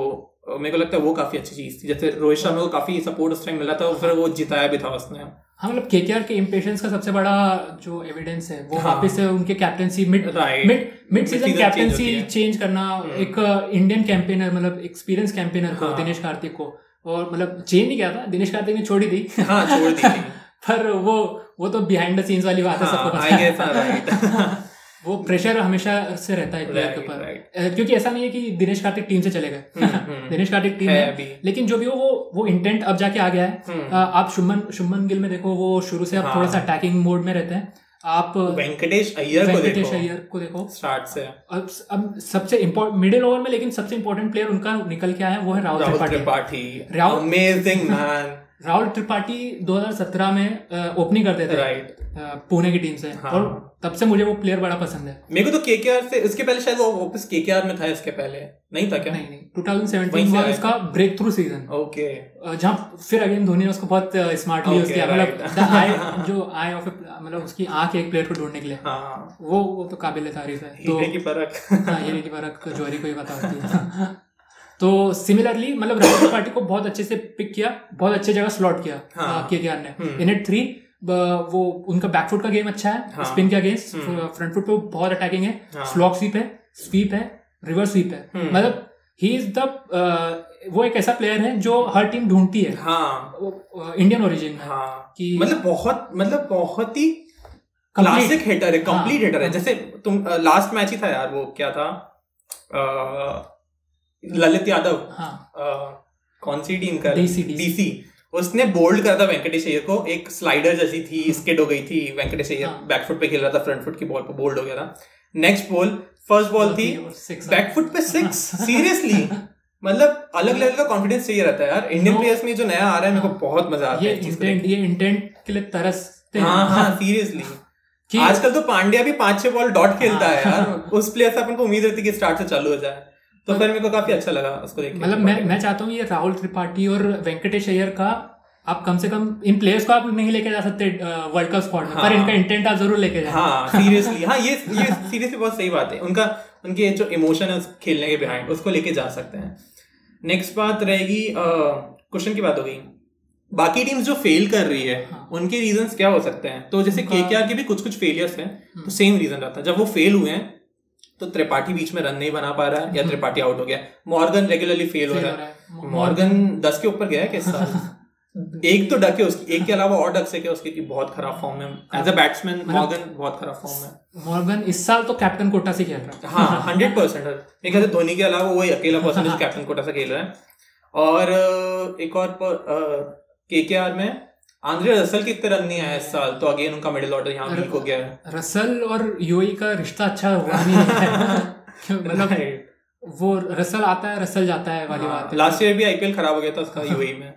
[SPEAKER 1] अ, मेरे को लगता है वो काफी अच्छी चीज थी जैसे रोहित शर्मा को काफी सपोर्ट उस टाइम मिला था और फिर वो जिताया भी था उसने
[SPEAKER 2] हाँ मतलब केकेआर के इम्पेशंस का सबसे बड़ा जो एविडेंस है वो
[SPEAKER 1] हाँ।
[SPEAKER 2] वापस से उनके captaincy mid
[SPEAKER 1] Right.
[SPEAKER 2] Mid mid
[SPEAKER 1] Mid-season
[SPEAKER 2] season
[SPEAKER 1] change
[SPEAKER 2] captaincy
[SPEAKER 1] होती है।
[SPEAKER 2] चेंज करना
[SPEAKER 1] हम्म।
[SPEAKER 2] एक इंडियन कैंपेनर मतलब एक्सपीरियंस कैंपेनर को
[SPEAKER 1] हाँ।
[SPEAKER 2] दिनेश कार्तिक को और मतलब चेंज नहीं किया था दिनेश कार्तिक ने छोड़ ही दी
[SPEAKER 1] हाँ छोड़ दी थी।
[SPEAKER 2] पर वो वो तो बिहाइंड द सीन्स वाली बात है सबको
[SPEAKER 1] हाँ,
[SPEAKER 2] पता
[SPEAKER 1] I guess, हाँ, right.
[SPEAKER 2] वो प्रेशर हमेशा से रहता है प्लेयर के
[SPEAKER 1] Right,
[SPEAKER 2] ऊपर
[SPEAKER 1] right.
[SPEAKER 2] अ, क्योंकि ऐसा नहीं है कि दिनेश कार्तिक टीम से चले गए
[SPEAKER 1] हम्म, हम्म।
[SPEAKER 2] दिनेश कार्तिक टीम
[SPEAKER 1] है
[SPEAKER 2] है
[SPEAKER 1] अभी।
[SPEAKER 2] लेकिन जो भी हो वो वो इंटेंट अब जाके आ गया है
[SPEAKER 1] हम्म।
[SPEAKER 2] अ, आप शुभमन शुभमन गिल में देखो वो शुरू से अब
[SPEAKER 1] हाँ।
[SPEAKER 2] थोड़ा सा अटैकिंग मोड में रहते हैं आप
[SPEAKER 1] वेंकटेश अय्यर को
[SPEAKER 2] वेंकटेश
[SPEAKER 1] देखो
[SPEAKER 2] अय्यर को देखो
[SPEAKER 1] स्टार्ट से
[SPEAKER 2] अब अब सबसे मिडिल ओवर में लेकिन सबसे इंपॉर्टेंट प्लेयर उनका निकल के आया है, वो है राहुल
[SPEAKER 1] राहुल
[SPEAKER 2] त्रिपाठी
[SPEAKER 1] त्रिपाठी
[SPEAKER 2] राहुल-
[SPEAKER 1] अमेजिंग मैन
[SPEAKER 2] राहुल त्रिपाठी 2017 में ओपनिंग करते थे
[SPEAKER 1] राइट
[SPEAKER 2] अ, पुणे की टीम से
[SPEAKER 1] हाँ।
[SPEAKER 2] और तब से मुझे वो प्लेयर बड़ा पसंद है
[SPEAKER 1] मेरे को तो केकेआर से उसके पहले शायद वो वापस केकेआर में था इसके पहले नहीं था क्या
[SPEAKER 2] नहीं नहीं 2017
[SPEAKER 1] वहीं से
[SPEAKER 2] हुआ
[SPEAKER 1] आया
[SPEAKER 2] उसका ब्रेक थ्रू सीजन
[SPEAKER 1] ओके
[SPEAKER 2] जहाँ फिर अगेन धोनी ने उसको बहुत स्मार्टली
[SPEAKER 1] Okay,
[SPEAKER 2] यूज किया
[SPEAKER 1] right.
[SPEAKER 2] मतलब the eye- जो आई ऑफ मतलब उसकी आंख एक प्लेयर को ढूंढने के लिए
[SPEAKER 1] हाँ
[SPEAKER 2] वो वो तो काबिल तारीफ है तो
[SPEAKER 1] हीरे की परख
[SPEAKER 2] हाँ, हीरे की परख जोहरी को ही पता होती है तो सिमिलरली मतलब राहुल पार्टी को बहुत अच्छे से पिक किया बहुत अच्छे जगह स्लॉट किया
[SPEAKER 1] हाँ।
[SPEAKER 2] के ने
[SPEAKER 1] हम्म।
[SPEAKER 2] इन एट थ्री वो उनका बैकफुट का गेम अच्छा है
[SPEAKER 1] हाँ।
[SPEAKER 2] स्पिन के अगेंस्ट
[SPEAKER 1] हम्म।
[SPEAKER 2] फ्रंट फुट पे वो बहुत अटैकिंग है
[SPEAKER 1] हाँ।
[SPEAKER 2] स्लॉक स्वीप है स्वीप है रिवर्स स्वीप है
[SPEAKER 1] हम्म।
[SPEAKER 2] मतलब ही इज द वो एक ऐसा प्लेयर है जो हर टीम ढूंढती है
[SPEAKER 1] हाँ
[SPEAKER 2] इंडियन ओरिजिन है
[SPEAKER 1] हाँ
[SPEAKER 2] कि
[SPEAKER 1] मतलब बहुत मतलब बहुत ही क्लासिक हिटर
[SPEAKER 2] हाँ,
[SPEAKER 1] है कंप्लीट हिटर है जैसे तुम लास्ट मैच ही था यार वो क्या था अ, ललित यादव
[SPEAKER 2] हाँ
[SPEAKER 1] अ, कौन सी टीम का
[SPEAKER 2] DC,
[SPEAKER 1] डीसी उसने बोल्ड करा था वेंकटेश अय्यर को एक स्लाइडर जैसी थी स्किड हो गई थी वेंकटेश अय्यर
[SPEAKER 2] हाँ।
[SPEAKER 1] बैक फुट पे खेल रहा था फ्रंट फुट की बॉल पर बोल्ड हो गया था नेक्स्ट बॉल फर्स्ट बॉल थी बैक फुट पे
[SPEAKER 2] हाँ,
[SPEAKER 1] सिक्स सीरियसली मतलब अलग लेवल का कॉन्फिडेंस चाहिए रहता है यार इंडियन
[SPEAKER 2] No.
[SPEAKER 1] प्लेयर्स में जो नया आ रहा है मेरे को
[SPEAKER 2] हाँ।
[SPEAKER 1] बहुत मजा आता
[SPEAKER 2] ये
[SPEAKER 1] है इस चीज़ को
[SPEAKER 2] इंटेंट ये इंटेंट के लिए तरसते
[SPEAKER 1] देखने।
[SPEAKER 2] हैं
[SPEAKER 1] हाँ हाँ सीरियसली
[SPEAKER 2] कि
[SPEAKER 1] आजकल तो पांड्या भी पांच छह बॉल डॉट खेलता है
[SPEAKER 2] हाँ।
[SPEAKER 1] यार उस प्लेयर से अपन को उम्मीद रहती है कि स्टार्ट से चालू हो जाए तो फिर मेरे को काफी अच्छा लगा उसको देख के।
[SPEAKER 2] मतलब मैं मैं चाहता हूँ ये राहुल त्रिपाठी और वेंकटेश अय्यर का आप कम से कम इन प्लेयर्स को आप नहीं लेके जा सकते वर्ल्ड कप स्क्वाड में
[SPEAKER 1] हाँ।
[SPEAKER 2] पर इनका इंटेंट आप जरूर लेके जाए
[SPEAKER 1] हाँ सीरियसली हाँ ये ये सीरियसली बहुत सही बात है उनका उनके जो इमोशन है उस खेलने के बिहाइंड उसको लेके जा सकते हैं नेक्स्ट बात रहेगी क्वेश्चन की बात हो गई बाकी टीम्स जो फेल कर रही है
[SPEAKER 2] हाँ।
[SPEAKER 1] उनके रीजंस क्या हो सकते हैं तो जैसे के
[SPEAKER 2] उनका-
[SPEAKER 1] के भी कुछ कुछ फेलियर्स हैं तो
[SPEAKER 2] हम्म।
[SPEAKER 1] सेम रीजन रहता है जब वो फेल हुए हैं तो त्रिपाठी बीच में रन नहीं बना पा रहा है या
[SPEAKER 2] हम्म।
[SPEAKER 1] त्रिपाठी आउट हो गया मॉर्गन रेगुलरली फेल हो
[SPEAKER 2] Fail
[SPEAKER 1] रहा
[SPEAKER 2] हो रहा
[SPEAKER 1] है
[SPEAKER 2] है।
[SPEAKER 1] मॉर्गन
[SPEAKER 2] मॉ-
[SPEAKER 1] मॉर्गन दस के ऊपर गया है किस साल एक तो डक है उसकी एक के अलावा और डक से क्या उसके कि बहुत खराब फॉर्म में एज अ बैट्समैन
[SPEAKER 2] मतलब
[SPEAKER 1] मॉर्गन बहुत खराब फॉर्म में
[SPEAKER 2] मॉर्गन इस साल तो कैप्टन कोटा से खेल रहा है
[SPEAKER 1] हाँ हंड्रेड परसेंट मेरे ख्याल से धोनी के अलावा वही अकेला पर्सन है जो कैप्टन कोटा से खेल रहा है और अ, एक और के के आर में आंद्रे रसल के इतने रन नहीं आया इस साल तो अगेन उनका मिडिल ऑर्डर यहाँ वीक हो गया है
[SPEAKER 2] रसल और यूएई का रिश्ता अच्छा हुआ नहीं है क्यों- मतलब वो रसल आता है रसल जाता है वाली बात है
[SPEAKER 1] लास्ट ईयर भी आईपीएल खराब हो गया था उसका यूएई में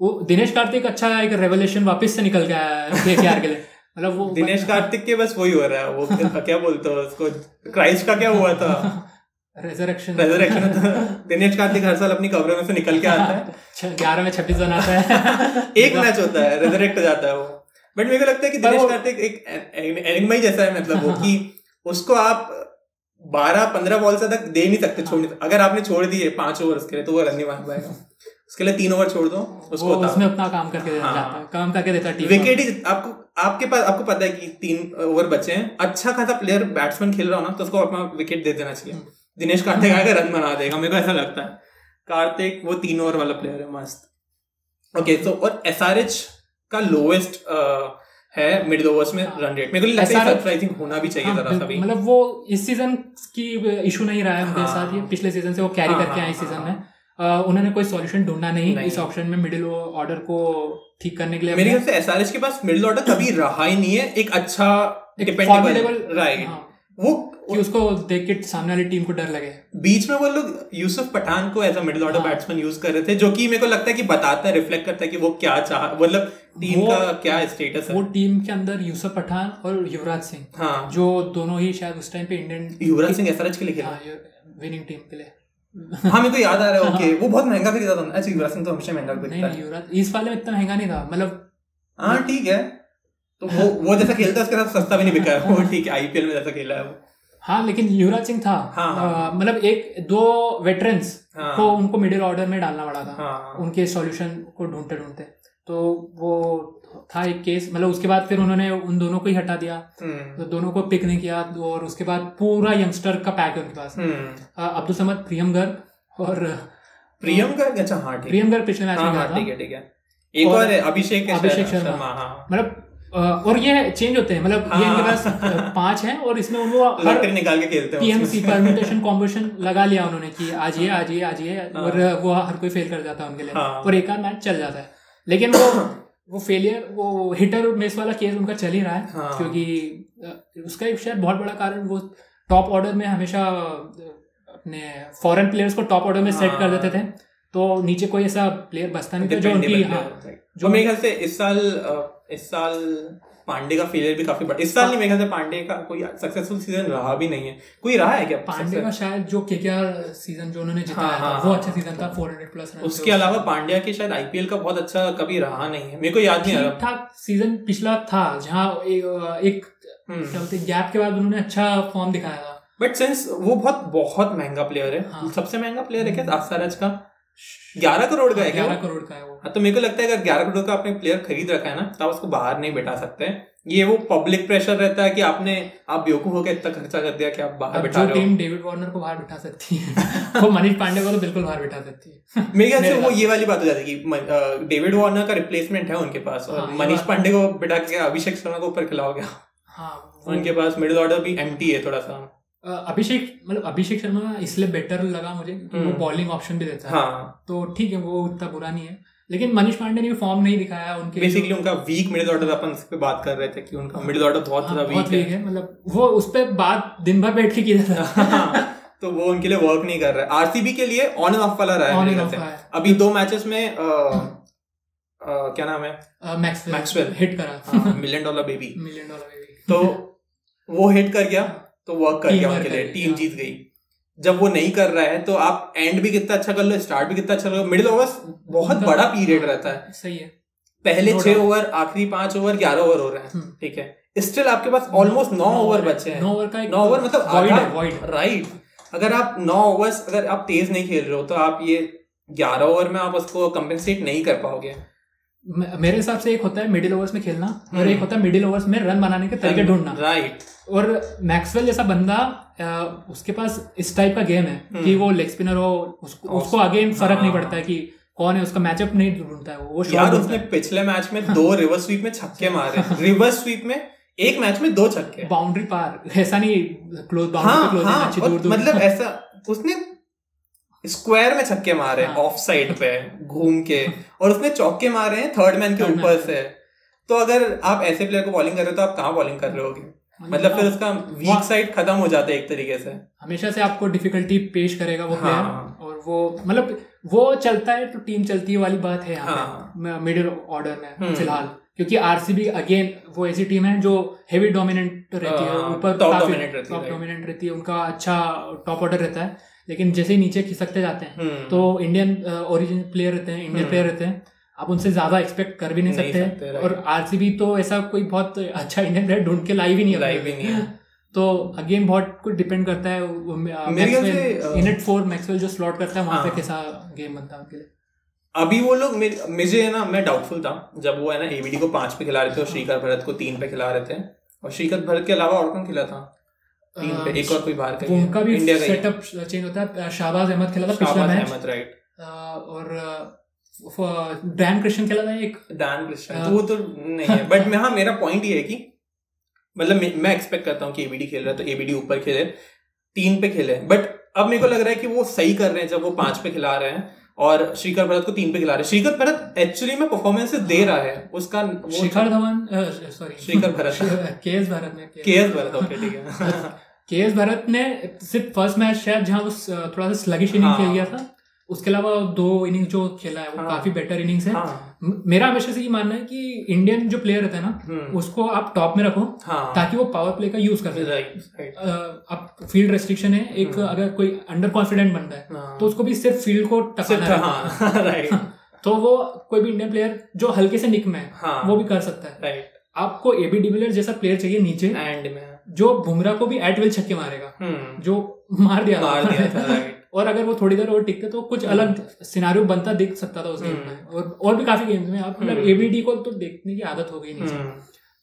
[SPEAKER 2] वो दिनेश कार्तिक अच्छा एक रेवलेशन वापस से निकल गया है केकेआर के लिए मतलब वो
[SPEAKER 1] दिनेश कार्तिक के बस वही हो रहा है वो क्या बोलते हो उसको क्राइस्ट का क्या हुआ था
[SPEAKER 2] रेजरेक्शन
[SPEAKER 1] रेजरेक्शन दिनेश कार्तिक तो हर साल अपनी कवरों में से निकल के आता है
[SPEAKER 2] ग्यारह में छब्बीस रन आता है मतलब
[SPEAKER 1] एक मैच होता है रिजरेक्ट हो जाता है वो बट मेरे को लगता है कि
[SPEAKER 2] पर
[SPEAKER 1] दिनेश
[SPEAKER 2] वो-
[SPEAKER 1] कार्तिक एक एनिमा ही जैसा है मतलब वो कि उसको आप बारह पंद्रह बॉल से तक दे नहीं सकते छोड़ नहीं सकते। अगर आपने छोड़ दिए पांच ओवर उसके लिए तो वो रन नहीं मार पाएगा उसके लिए तीन ओवर छोड़ दो उसको
[SPEAKER 2] वो
[SPEAKER 1] उतारो।
[SPEAKER 2] उसमें अपना काम करके देना
[SPEAKER 1] हाँ।
[SPEAKER 2] चाहता है काम करके देता है टीम
[SPEAKER 1] विकेट ही आपको आपके पास आपको पता है कि तीन ओवर बचे हैं अच्छा खासा प्लेयर बैट्समैन खेल रहा हो ना तो उसको अपना विकेट दे देना चाहिए दिनेश कार्तिक आएगा रन बना देगा मेरे को ऐसा लगता है कार्तिक वो तीन ओवर वाला प्लेयर है मस्त ओके तो और एस का लोवेस्ट है मिड ओवर्स में रन रेट मेरे को लगता है
[SPEAKER 2] SRH
[SPEAKER 1] सरप्राइजिंग होना भी चाहिए
[SPEAKER 2] हाँ,
[SPEAKER 1] जरा सा भी
[SPEAKER 2] मतलब वो इस सीजन की इशू नहीं रहा है उनके
[SPEAKER 1] हाँ।
[SPEAKER 2] साथ ये पिछले सीजन से वो कैरी
[SPEAKER 1] हाँ,
[SPEAKER 2] करके आए इस
[SPEAKER 1] हाँ,
[SPEAKER 2] सीजन
[SPEAKER 1] हाँ।
[SPEAKER 2] में अ, उन्होंने कोई सॉल्यूशन ढूंढना नहीं
[SPEAKER 1] नहीं।
[SPEAKER 2] इस ऑप्शन में मिडिल ऑर्डर को ठीक करने के लिए
[SPEAKER 1] मेरे ख्याल से एसआरएच के पास मिडिल ऑर्डर कभी रहा ही नहीं है एक अच्छा डिपेंडेबल
[SPEAKER 2] formidable-
[SPEAKER 1] राइट
[SPEAKER 2] हाँ,
[SPEAKER 1] वो
[SPEAKER 2] कि उसको देख के सामने वाली टीम को डर लगे
[SPEAKER 1] बीच में वो लोग यूसुफ पठान को एज अ मिडिल ऑर्डर
[SPEAKER 2] हाँ।
[SPEAKER 1] बैट्समैन यूज कर रहे थे जो कि मेरे को लगता है कि बताता है रिफ्लेक्ट करता है कि वो क्या चाह मतलब टीम
[SPEAKER 2] वो-
[SPEAKER 1] का क्या स्टेटस
[SPEAKER 2] वो
[SPEAKER 1] है
[SPEAKER 2] टीम के अंदर यूसुफ पठान और युवराज सिंह
[SPEAKER 1] हाँ
[SPEAKER 2] जो दोनों ही शायद उस टाइम पे हाँ, इंडियन
[SPEAKER 1] युवराज सिंह एसआरएच के लिए खेला
[SPEAKER 2] विनिंग टीम के लिए
[SPEAKER 1] हाँ मेरे को याद आ रहा है ओके वो बहुत महंगा खरीदा था अच्छा युवराज सिंह तो हमेशा महंगा
[SPEAKER 2] नहीं
[SPEAKER 1] खरीदता
[SPEAKER 2] नहीं
[SPEAKER 1] है
[SPEAKER 2] युवराज इस वाले में इतना महंगा नहीं था मतलब
[SPEAKER 1] हाँ ठीक है तो वो वो जैसा खेलता है उसके साथ सस्ता भी नहीं बिका है वो ठीक है आईपीएल में जैसा खेला है वो
[SPEAKER 2] हाँ लेकिन युवराज सिंह था
[SPEAKER 1] हाँ, हाँ,
[SPEAKER 2] अ,
[SPEAKER 1] हाँ।
[SPEAKER 2] मतलब एक दो वेटरन्स
[SPEAKER 1] हाँ।
[SPEAKER 2] को उनको मिडिल ऑर्डर में डालना पड़ा था
[SPEAKER 1] हाँ
[SPEAKER 2] उनके सॉल्यूशन को ढूंढते ढूंढते तो वो था एक केस मतलब उसके बाद फिर उन्होंने उन दोनों को ही हटा दिया
[SPEAKER 1] हम्म
[SPEAKER 2] तो दोनों को पिक नहीं किया और उसके बाद पूरा यंगस्टर का पैक है उनके पास
[SPEAKER 1] हम्म
[SPEAKER 2] अ, अब्दुल समद प्रियमगर और
[SPEAKER 1] प्रियम का अच्छा हाँ ठीक है
[SPEAKER 2] प्रियमगर पिछले मैच
[SPEAKER 1] हाँ
[SPEAKER 2] में
[SPEAKER 1] हाँ
[SPEAKER 2] गया
[SPEAKER 1] ठीक
[SPEAKER 2] था
[SPEAKER 1] है ठीक है एक और है अभिषेक है
[SPEAKER 2] अभिषेक
[SPEAKER 1] शायद,
[SPEAKER 2] शर्मा।
[SPEAKER 1] हाँ
[SPEAKER 2] मतलब अ, और ये चेंज होते हैं मतलब ये
[SPEAKER 1] हाँ।
[SPEAKER 2] इनके पास अ, पांच हैं और इसमें उनको हर
[SPEAKER 1] लॉटरी निकाल के खेलते हैं
[SPEAKER 2] पीएमसी
[SPEAKER 1] उसमें।
[SPEAKER 2] परम्यूटेशन कॉम्बिनेशन लगा लिया उन्होंने कि आज ये आज ये आज ये
[SPEAKER 1] हाँ।
[SPEAKER 2] और वो हर कोई फेल कर जाता है उनके लिए
[SPEAKER 1] हाँ।
[SPEAKER 2] और एक आध मैच चल जाता है लेकिन वो वो फेलियर वो हिटर मिस वाला केस उनका चल ही रहा है
[SPEAKER 1] हाँ।
[SPEAKER 2] क्योंकि अ, उसका एक शायद बहुत बड़ा कारण वो टॉप ऑर्डर में हमेशा अ, अपने फॉरेन प्लेयर्स को टॉप ऑर्डर में सेट कर
[SPEAKER 1] हाँ।
[SPEAKER 2] देते थे तो नीचे कोई ऐसा प्लेयर बसता नहीं था जो
[SPEAKER 1] Dependable
[SPEAKER 2] उनकी
[SPEAKER 1] player
[SPEAKER 2] हाँ
[SPEAKER 1] होता है।
[SPEAKER 2] जो-
[SPEAKER 1] और मेरे ख्याल से इस साल अ, इस साल पांडे का फेलियर भी काफी बड़ा इस
[SPEAKER 2] हाँ।
[SPEAKER 1] साल नहीं मेरे ख्याल से पांडे का कोई सक्सेसफुल सीजन रहा भी नहीं है कोई रहा है क्या
[SPEAKER 2] पांडे का
[SPEAKER 1] success?
[SPEAKER 2] शायद जो के सीजन जो उन्होंने जिताया
[SPEAKER 1] हाँ,
[SPEAKER 2] था
[SPEAKER 1] हाँ,
[SPEAKER 2] वो
[SPEAKER 1] हाँ।
[SPEAKER 2] अच्छा सीजन था फोर हंड्रेड प्लस
[SPEAKER 1] उसके अलावा पांड्या के शायद आईपीएल का बहुत अच्छा कभी रहा नहीं है मेरे को याद नहीं आ
[SPEAKER 2] ठीक ठाक सीजन पिछला था जहाँ ए- एक क्या
[SPEAKER 1] रहा
[SPEAKER 2] बोलते गैप के बाद उन्होंने अच्छा फॉर्म दिखाया था
[SPEAKER 1] बट सिंस वो बहुत बहुत महंगा प्लेयर है
[SPEAKER 2] हाँ। हम्म।
[SPEAKER 1] सबसे महंगा प्लेयर है क्या आसाराज का ग्यारह करोड़ का है क्या वो?
[SPEAKER 2] ग्यारह करोड़ का है वो
[SPEAKER 1] हाँ तो मेरे को लगता है अगर ग्यारह करोड़ का आपने प्लेयर खरीद रखा है ना तो आप उसको बाहर नहीं बैठा सकते ये वो पब्लिक प्रेशर रहता है कि आपने आप बेवकूफ होकर इतना खर्चा कर दिया कि आप बाहर
[SPEAKER 2] अब
[SPEAKER 1] बैठा
[SPEAKER 2] जो
[SPEAKER 1] रहे हो
[SPEAKER 2] टीम डेविड वार्नर को बाहर बिठा सकती है वो मनीष पांडे को तो बिल्कुल बाहर बिठा सकती है
[SPEAKER 1] मेरे ख्याल से
[SPEAKER 2] मेरे
[SPEAKER 1] वो ये वाली बात हो जाती है कि मन- अ, डेविड वार्नर का रिप्लेसमेंट है उनके पास और
[SPEAKER 2] हाँ, ये
[SPEAKER 1] मनीष
[SPEAKER 2] बात-
[SPEAKER 1] पांडे को बिठा के अभिषेक शर्मा को ऊपर खिलाओगे
[SPEAKER 2] हाँ वो-
[SPEAKER 1] उनके पास मिडिल ऑर्डर भी एम्प्टी है थोड़ा सा
[SPEAKER 2] अ, अभिषेक मतलब अभिषेक शर्मा इसलिए बेटर लगा मुझे कि वो
[SPEAKER 1] हम्म।
[SPEAKER 2] बॉलिंग ऑप्शन भी देता है
[SPEAKER 1] हाँ
[SPEAKER 2] तो ठीक है वो उतना बुरा नहीं है लेकिन मनीष पांडे ने भी फॉर्म नहीं दिखाया उनके
[SPEAKER 1] बेसिकली उनका वीक मिडिल ऑर्डर अपन इस पे बात कर रहे थे कि उनका मिडिल ऑर्डर बहुत
[SPEAKER 2] हाँ,
[SPEAKER 1] ज्यादा
[SPEAKER 2] बहुत
[SPEAKER 1] वीक है
[SPEAKER 2] वीक है मतलब वो उस पर बात दिन भर बैठ के किया जाता है
[SPEAKER 1] हाँ, तो वो उनके लिए वर्क नहीं कर रहा है आरसीबी के लिए ऑन एंड ऑफ वाला रहा है
[SPEAKER 2] ऑन
[SPEAKER 1] मेरे
[SPEAKER 2] एंड
[SPEAKER 1] ख्याल
[SPEAKER 2] ऑफ
[SPEAKER 1] से।
[SPEAKER 2] है
[SPEAKER 1] अभी दो मैचेस में अ, अ, क्या नाम है हाँ,
[SPEAKER 2] अ, मैक्सवेल
[SPEAKER 1] मैक्सवेल।
[SPEAKER 2] हिट करा
[SPEAKER 1] million dollar baby
[SPEAKER 2] million dollar में भी।
[SPEAKER 1] तो वो हिट कर गया तो वर्क कर
[SPEAKER 2] Team
[SPEAKER 1] गया
[SPEAKER 2] work
[SPEAKER 1] उनके
[SPEAKER 2] कर
[SPEAKER 1] लिए
[SPEAKER 2] गया,
[SPEAKER 1] टीम
[SPEAKER 2] हाँ।
[SPEAKER 1] जीत गई जब वो नहीं कर रहा है तो आप एंड भी कितना अच्छा कर लो स्टार्ट भी कितना अच्छा कर लो मिडिल ओवर्स बहुत
[SPEAKER 2] उनका-
[SPEAKER 1] बड़ा पीरियड रहता है
[SPEAKER 2] मतलब सही है
[SPEAKER 1] पहले
[SPEAKER 2] हाँ। No
[SPEAKER 1] छह
[SPEAKER 2] doubt.
[SPEAKER 1] ओवर आखिरी पांच ओवर ग्यारह ओवर हो रहे हैं
[SPEAKER 2] हम्म।
[SPEAKER 1] ठीक है स्टिल आपके पास ऑलमोस्ट नौ ओवर बचे हैं
[SPEAKER 2] नौ ओवर का एक
[SPEAKER 1] नौ ओवर मतलब
[SPEAKER 2] void
[SPEAKER 1] आधा
[SPEAKER 2] है void है।
[SPEAKER 1] राइट अगर आप नौ ओवर्स अगर आप तेज नहीं खेल रहे हो तो आप ये ग्यारह ओवर में आप उसको कंपेंसेट नहीं कर पाओगे
[SPEAKER 2] मे- मेरे हिसाब से एक होता है मिडिल ओवर्स में खेलना और
[SPEAKER 1] हम्म।
[SPEAKER 2] एक होता है मिडिल ओवर्स में रन बनाने के तरीके ढूंढना
[SPEAKER 1] राइट
[SPEAKER 2] और मैक्सवेल जैसा बंदा अ, उसके पास इस टाइप का गेम है कि
[SPEAKER 1] हम्म।
[SPEAKER 2] वो लेग स्पिनर हो उसको
[SPEAKER 1] और-
[SPEAKER 2] उसको आगे फर्क
[SPEAKER 1] हाँ।
[SPEAKER 2] नहीं पड़ता है कि कौन है उसका मैचअप नहीं ढूंढता है वो वो
[SPEAKER 1] यार
[SPEAKER 2] shot
[SPEAKER 1] उसने पिछले मैच
[SPEAKER 2] हाँ।
[SPEAKER 1] में दो रिवर्स स्वीप में छक्के मारे रिवर्स स्वीप में एक मैच में दो छक्के
[SPEAKER 2] बाउंड्री पार ऐसा नहीं क्लोज बाउंड्री
[SPEAKER 1] हाँ
[SPEAKER 2] पे क्लोज
[SPEAKER 1] हाँ
[SPEAKER 2] तो अच्छी
[SPEAKER 1] और
[SPEAKER 2] दूर दूर
[SPEAKER 1] मतलब ऐसा उसने स्क्वायर में छक्के मारे
[SPEAKER 2] हाँ।
[SPEAKER 1] ऑफ साइड पे घूम के और उसने चौके मारे हैं थर्ड मैन के
[SPEAKER 2] Third man
[SPEAKER 1] ऊपर
[SPEAKER 2] पे।
[SPEAKER 1] से तो अगर आप ऐसे प्लेयर को बॉलिंग कर रहे हो तो आप कहाँ बॉलिंग कर रहे होगे मतलब फिर उसका वीक साइड खत्म हो जाता है एक तरीके से
[SPEAKER 2] हाँ, हमेशा से आपको डिफिकल्टी पेश करेगा वो
[SPEAKER 1] हाँ।
[SPEAKER 2] प्लेयर और वो मतलब वो चलता है तो टीम चलती है वाली बात है यहाँ
[SPEAKER 1] हाँ।
[SPEAKER 2] पे मिडिल ऑर्डर
[SPEAKER 1] हम्म।
[SPEAKER 2] में फिलहाल क्योंकि आरसीबी अगेन वो ऐसी टीम है जो हेवी डोमिनेंट रहती है
[SPEAKER 1] हाँ,
[SPEAKER 2] ऊपर
[SPEAKER 1] top
[SPEAKER 2] काफी
[SPEAKER 1] dominant रहती है,
[SPEAKER 2] top
[SPEAKER 1] right.
[SPEAKER 2] dominant रहती है उनका अच्छा टॉप ऑर्डर रहता है लेकिन जैसे ही नीचे खिसकते जाते हैं
[SPEAKER 1] हम्म।
[SPEAKER 2] तो इंडियन ओरिजिन प्लेयर रहते हैं इंडियन
[SPEAKER 1] हम्म।
[SPEAKER 2] प्लेयर रहते हैं आप उनसे ज्यादा एक्सपेक्ट कर भी नहीं
[SPEAKER 1] नहीं
[SPEAKER 2] सकते
[SPEAKER 1] सकते, right.
[SPEAKER 2] और आरसीबी तो ऐसा कोई बहुत अच्छा इंडियन प्लेयर ढूंढ के लाई भी नहीं है
[SPEAKER 1] लाई भी नहीं है।
[SPEAKER 2] तो अगेन बहुत कुछ डिपेंड करता
[SPEAKER 1] मेरे ख्याल
[SPEAKER 2] है
[SPEAKER 1] से, अ,
[SPEAKER 2] यूनिट फोर मैक्सवेल जो स्लॉट करता है वहाँ पे
[SPEAKER 1] हाँ।
[SPEAKER 2] कैसा गेम बनता है उनके लिए
[SPEAKER 1] अभी वो लोग मे- मुझे है ना मैं डाउटफुल था जब वो है ना एबीडी को पांच पे खिला रहे थे और श्रीकर भरत को तीन पे खिला रहे थे और श्रीकर भरत के अलावा और कौन खिला था तीन
[SPEAKER 2] अ,
[SPEAKER 1] पे एक और कोई बाहर का
[SPEAKER 2] वो
[SPEAKER 1] ही है।
[SPEAKER 2] उनका भी
[SPEAKER 1] इंडिया तो का ही है।
[SPEAKER 2] सेटअप चेंज होता है शाहबाज अहमद खेला था पिछला
[SPEAKER 1] शाहबाज
[SPEAKER 2] मैच
[SPEAKER 1] अहमद राइट
[SPEAKER 2] और अ, फ- डैन कृष्ण खेला था एक
[SPEAKER 1] डैन कृष्णा
[SPEAKER 2] हाँ।
[SPEAKER 1] तो वो तो नहीं है बट मैं हाँ मेरा पॉइंट ये है कि मतलब मैं- मैं एक्सपेक्ट करता हूँ कि एबीडी खेल रहा है तो एबीडी ऊपर खेले तीन पे खेले बट अब मेरे को लग रहा है कि वो सही कर रहे हैं जब वो पांच पे खिला रहे हैं और श्रीकर भरत को तीन पे खिला रहे हैं श्रीकर भरत एक्चुअली में परफॉर्मेंसेस दे रहा है उसका वो
[SPEAKER 2] Shikhar Dhawan sorry
[SPEAKER 1] Srikar Bharat
[SPEAKER 2] K S Bharat ने
[SPEAKER 1] के एस भरत ओके ठीक है
[SPEAKER 2] के एस भारत ने सिर्फ फर्स्ट मैच शायद जहाँ वो स- थोड़ा सा स्लगिश इनिंग
[SPEAKER 1] हाँ।
[SPEAKER 2] खेल गया था उसके अलावा दो इनिंग जो खेला है वो
[SPEAKER 1] हाँ।
[SPEAKER 2] काफी बेटर इनिंग्स है
[SPEAKER 1] हाँ
[SPEAKER 2] म- मेरा हमेशा से ये मानना है कि इंडियन जो प्लेयर रहता है ना
[SPEAKER 1] हम्म,
[SPEAKER 2] उसको आप टॉप में रखो
[SPEAKER 1] हाँ
[SPEAKER 2] ताकि वो पावर प्ले का यूज कर सके
[SPEAKER 1] राइट राइट
[SPEAKER 2] अ, अब फील्ड रेस्ट्रिक्शन है एक
[SPEAKER 1] हम्म।
[SPEAKER 2] अगर कोई अंडर कॉन्फिडेंट बनता है
[SPEAKER 1] हाँ
[SPEAKER 2] तो उसको भी सिर्फ फील्ड को
[SPEAKER 1] सिर्फ
[SPEAKER 2] टकाना है
[SPEAKER 1] हाँ राइट
[SPEAKER 2] तो वो कोई भी इंडियन प्लेयर जो हल्के से निक में है
[SPEAKER 1] हाँ
[SPEAKER 2] वो भी कर सकता है
[SPEAKER 1] राइट
[SPEAKER 2] आपको एबी डिविलियर जैसा प्लेयर चाहिए नीचे
[SPEAKER 1] एंड में
[SPEAKER 2] जो बुमराह को भी एट विल छक्के मारेगा
[SPEAKER 1] हम्म
[SPEAKER 2] जो मार दिया
[SPEAKER 1] मार दिया था राइट
[SPEAKER 2] और अगर वो थोड़ी देर और टिकते तो
[SPEAKER 1] हाँ।
[SPEAKER 2] कुछ अलग सिनारियो बनता दिख सकता था उस गेम
[SPEAKER 1] हम्म।
[SPEAKER 2] में और और भी काफी गेम्स में आप मतलब
[SPEAKER 1] हम्म।
[SPEAKER 2] एबीडी को तो देखने की आदत हो गई नहीं
[SPEAKER 1] हम्म,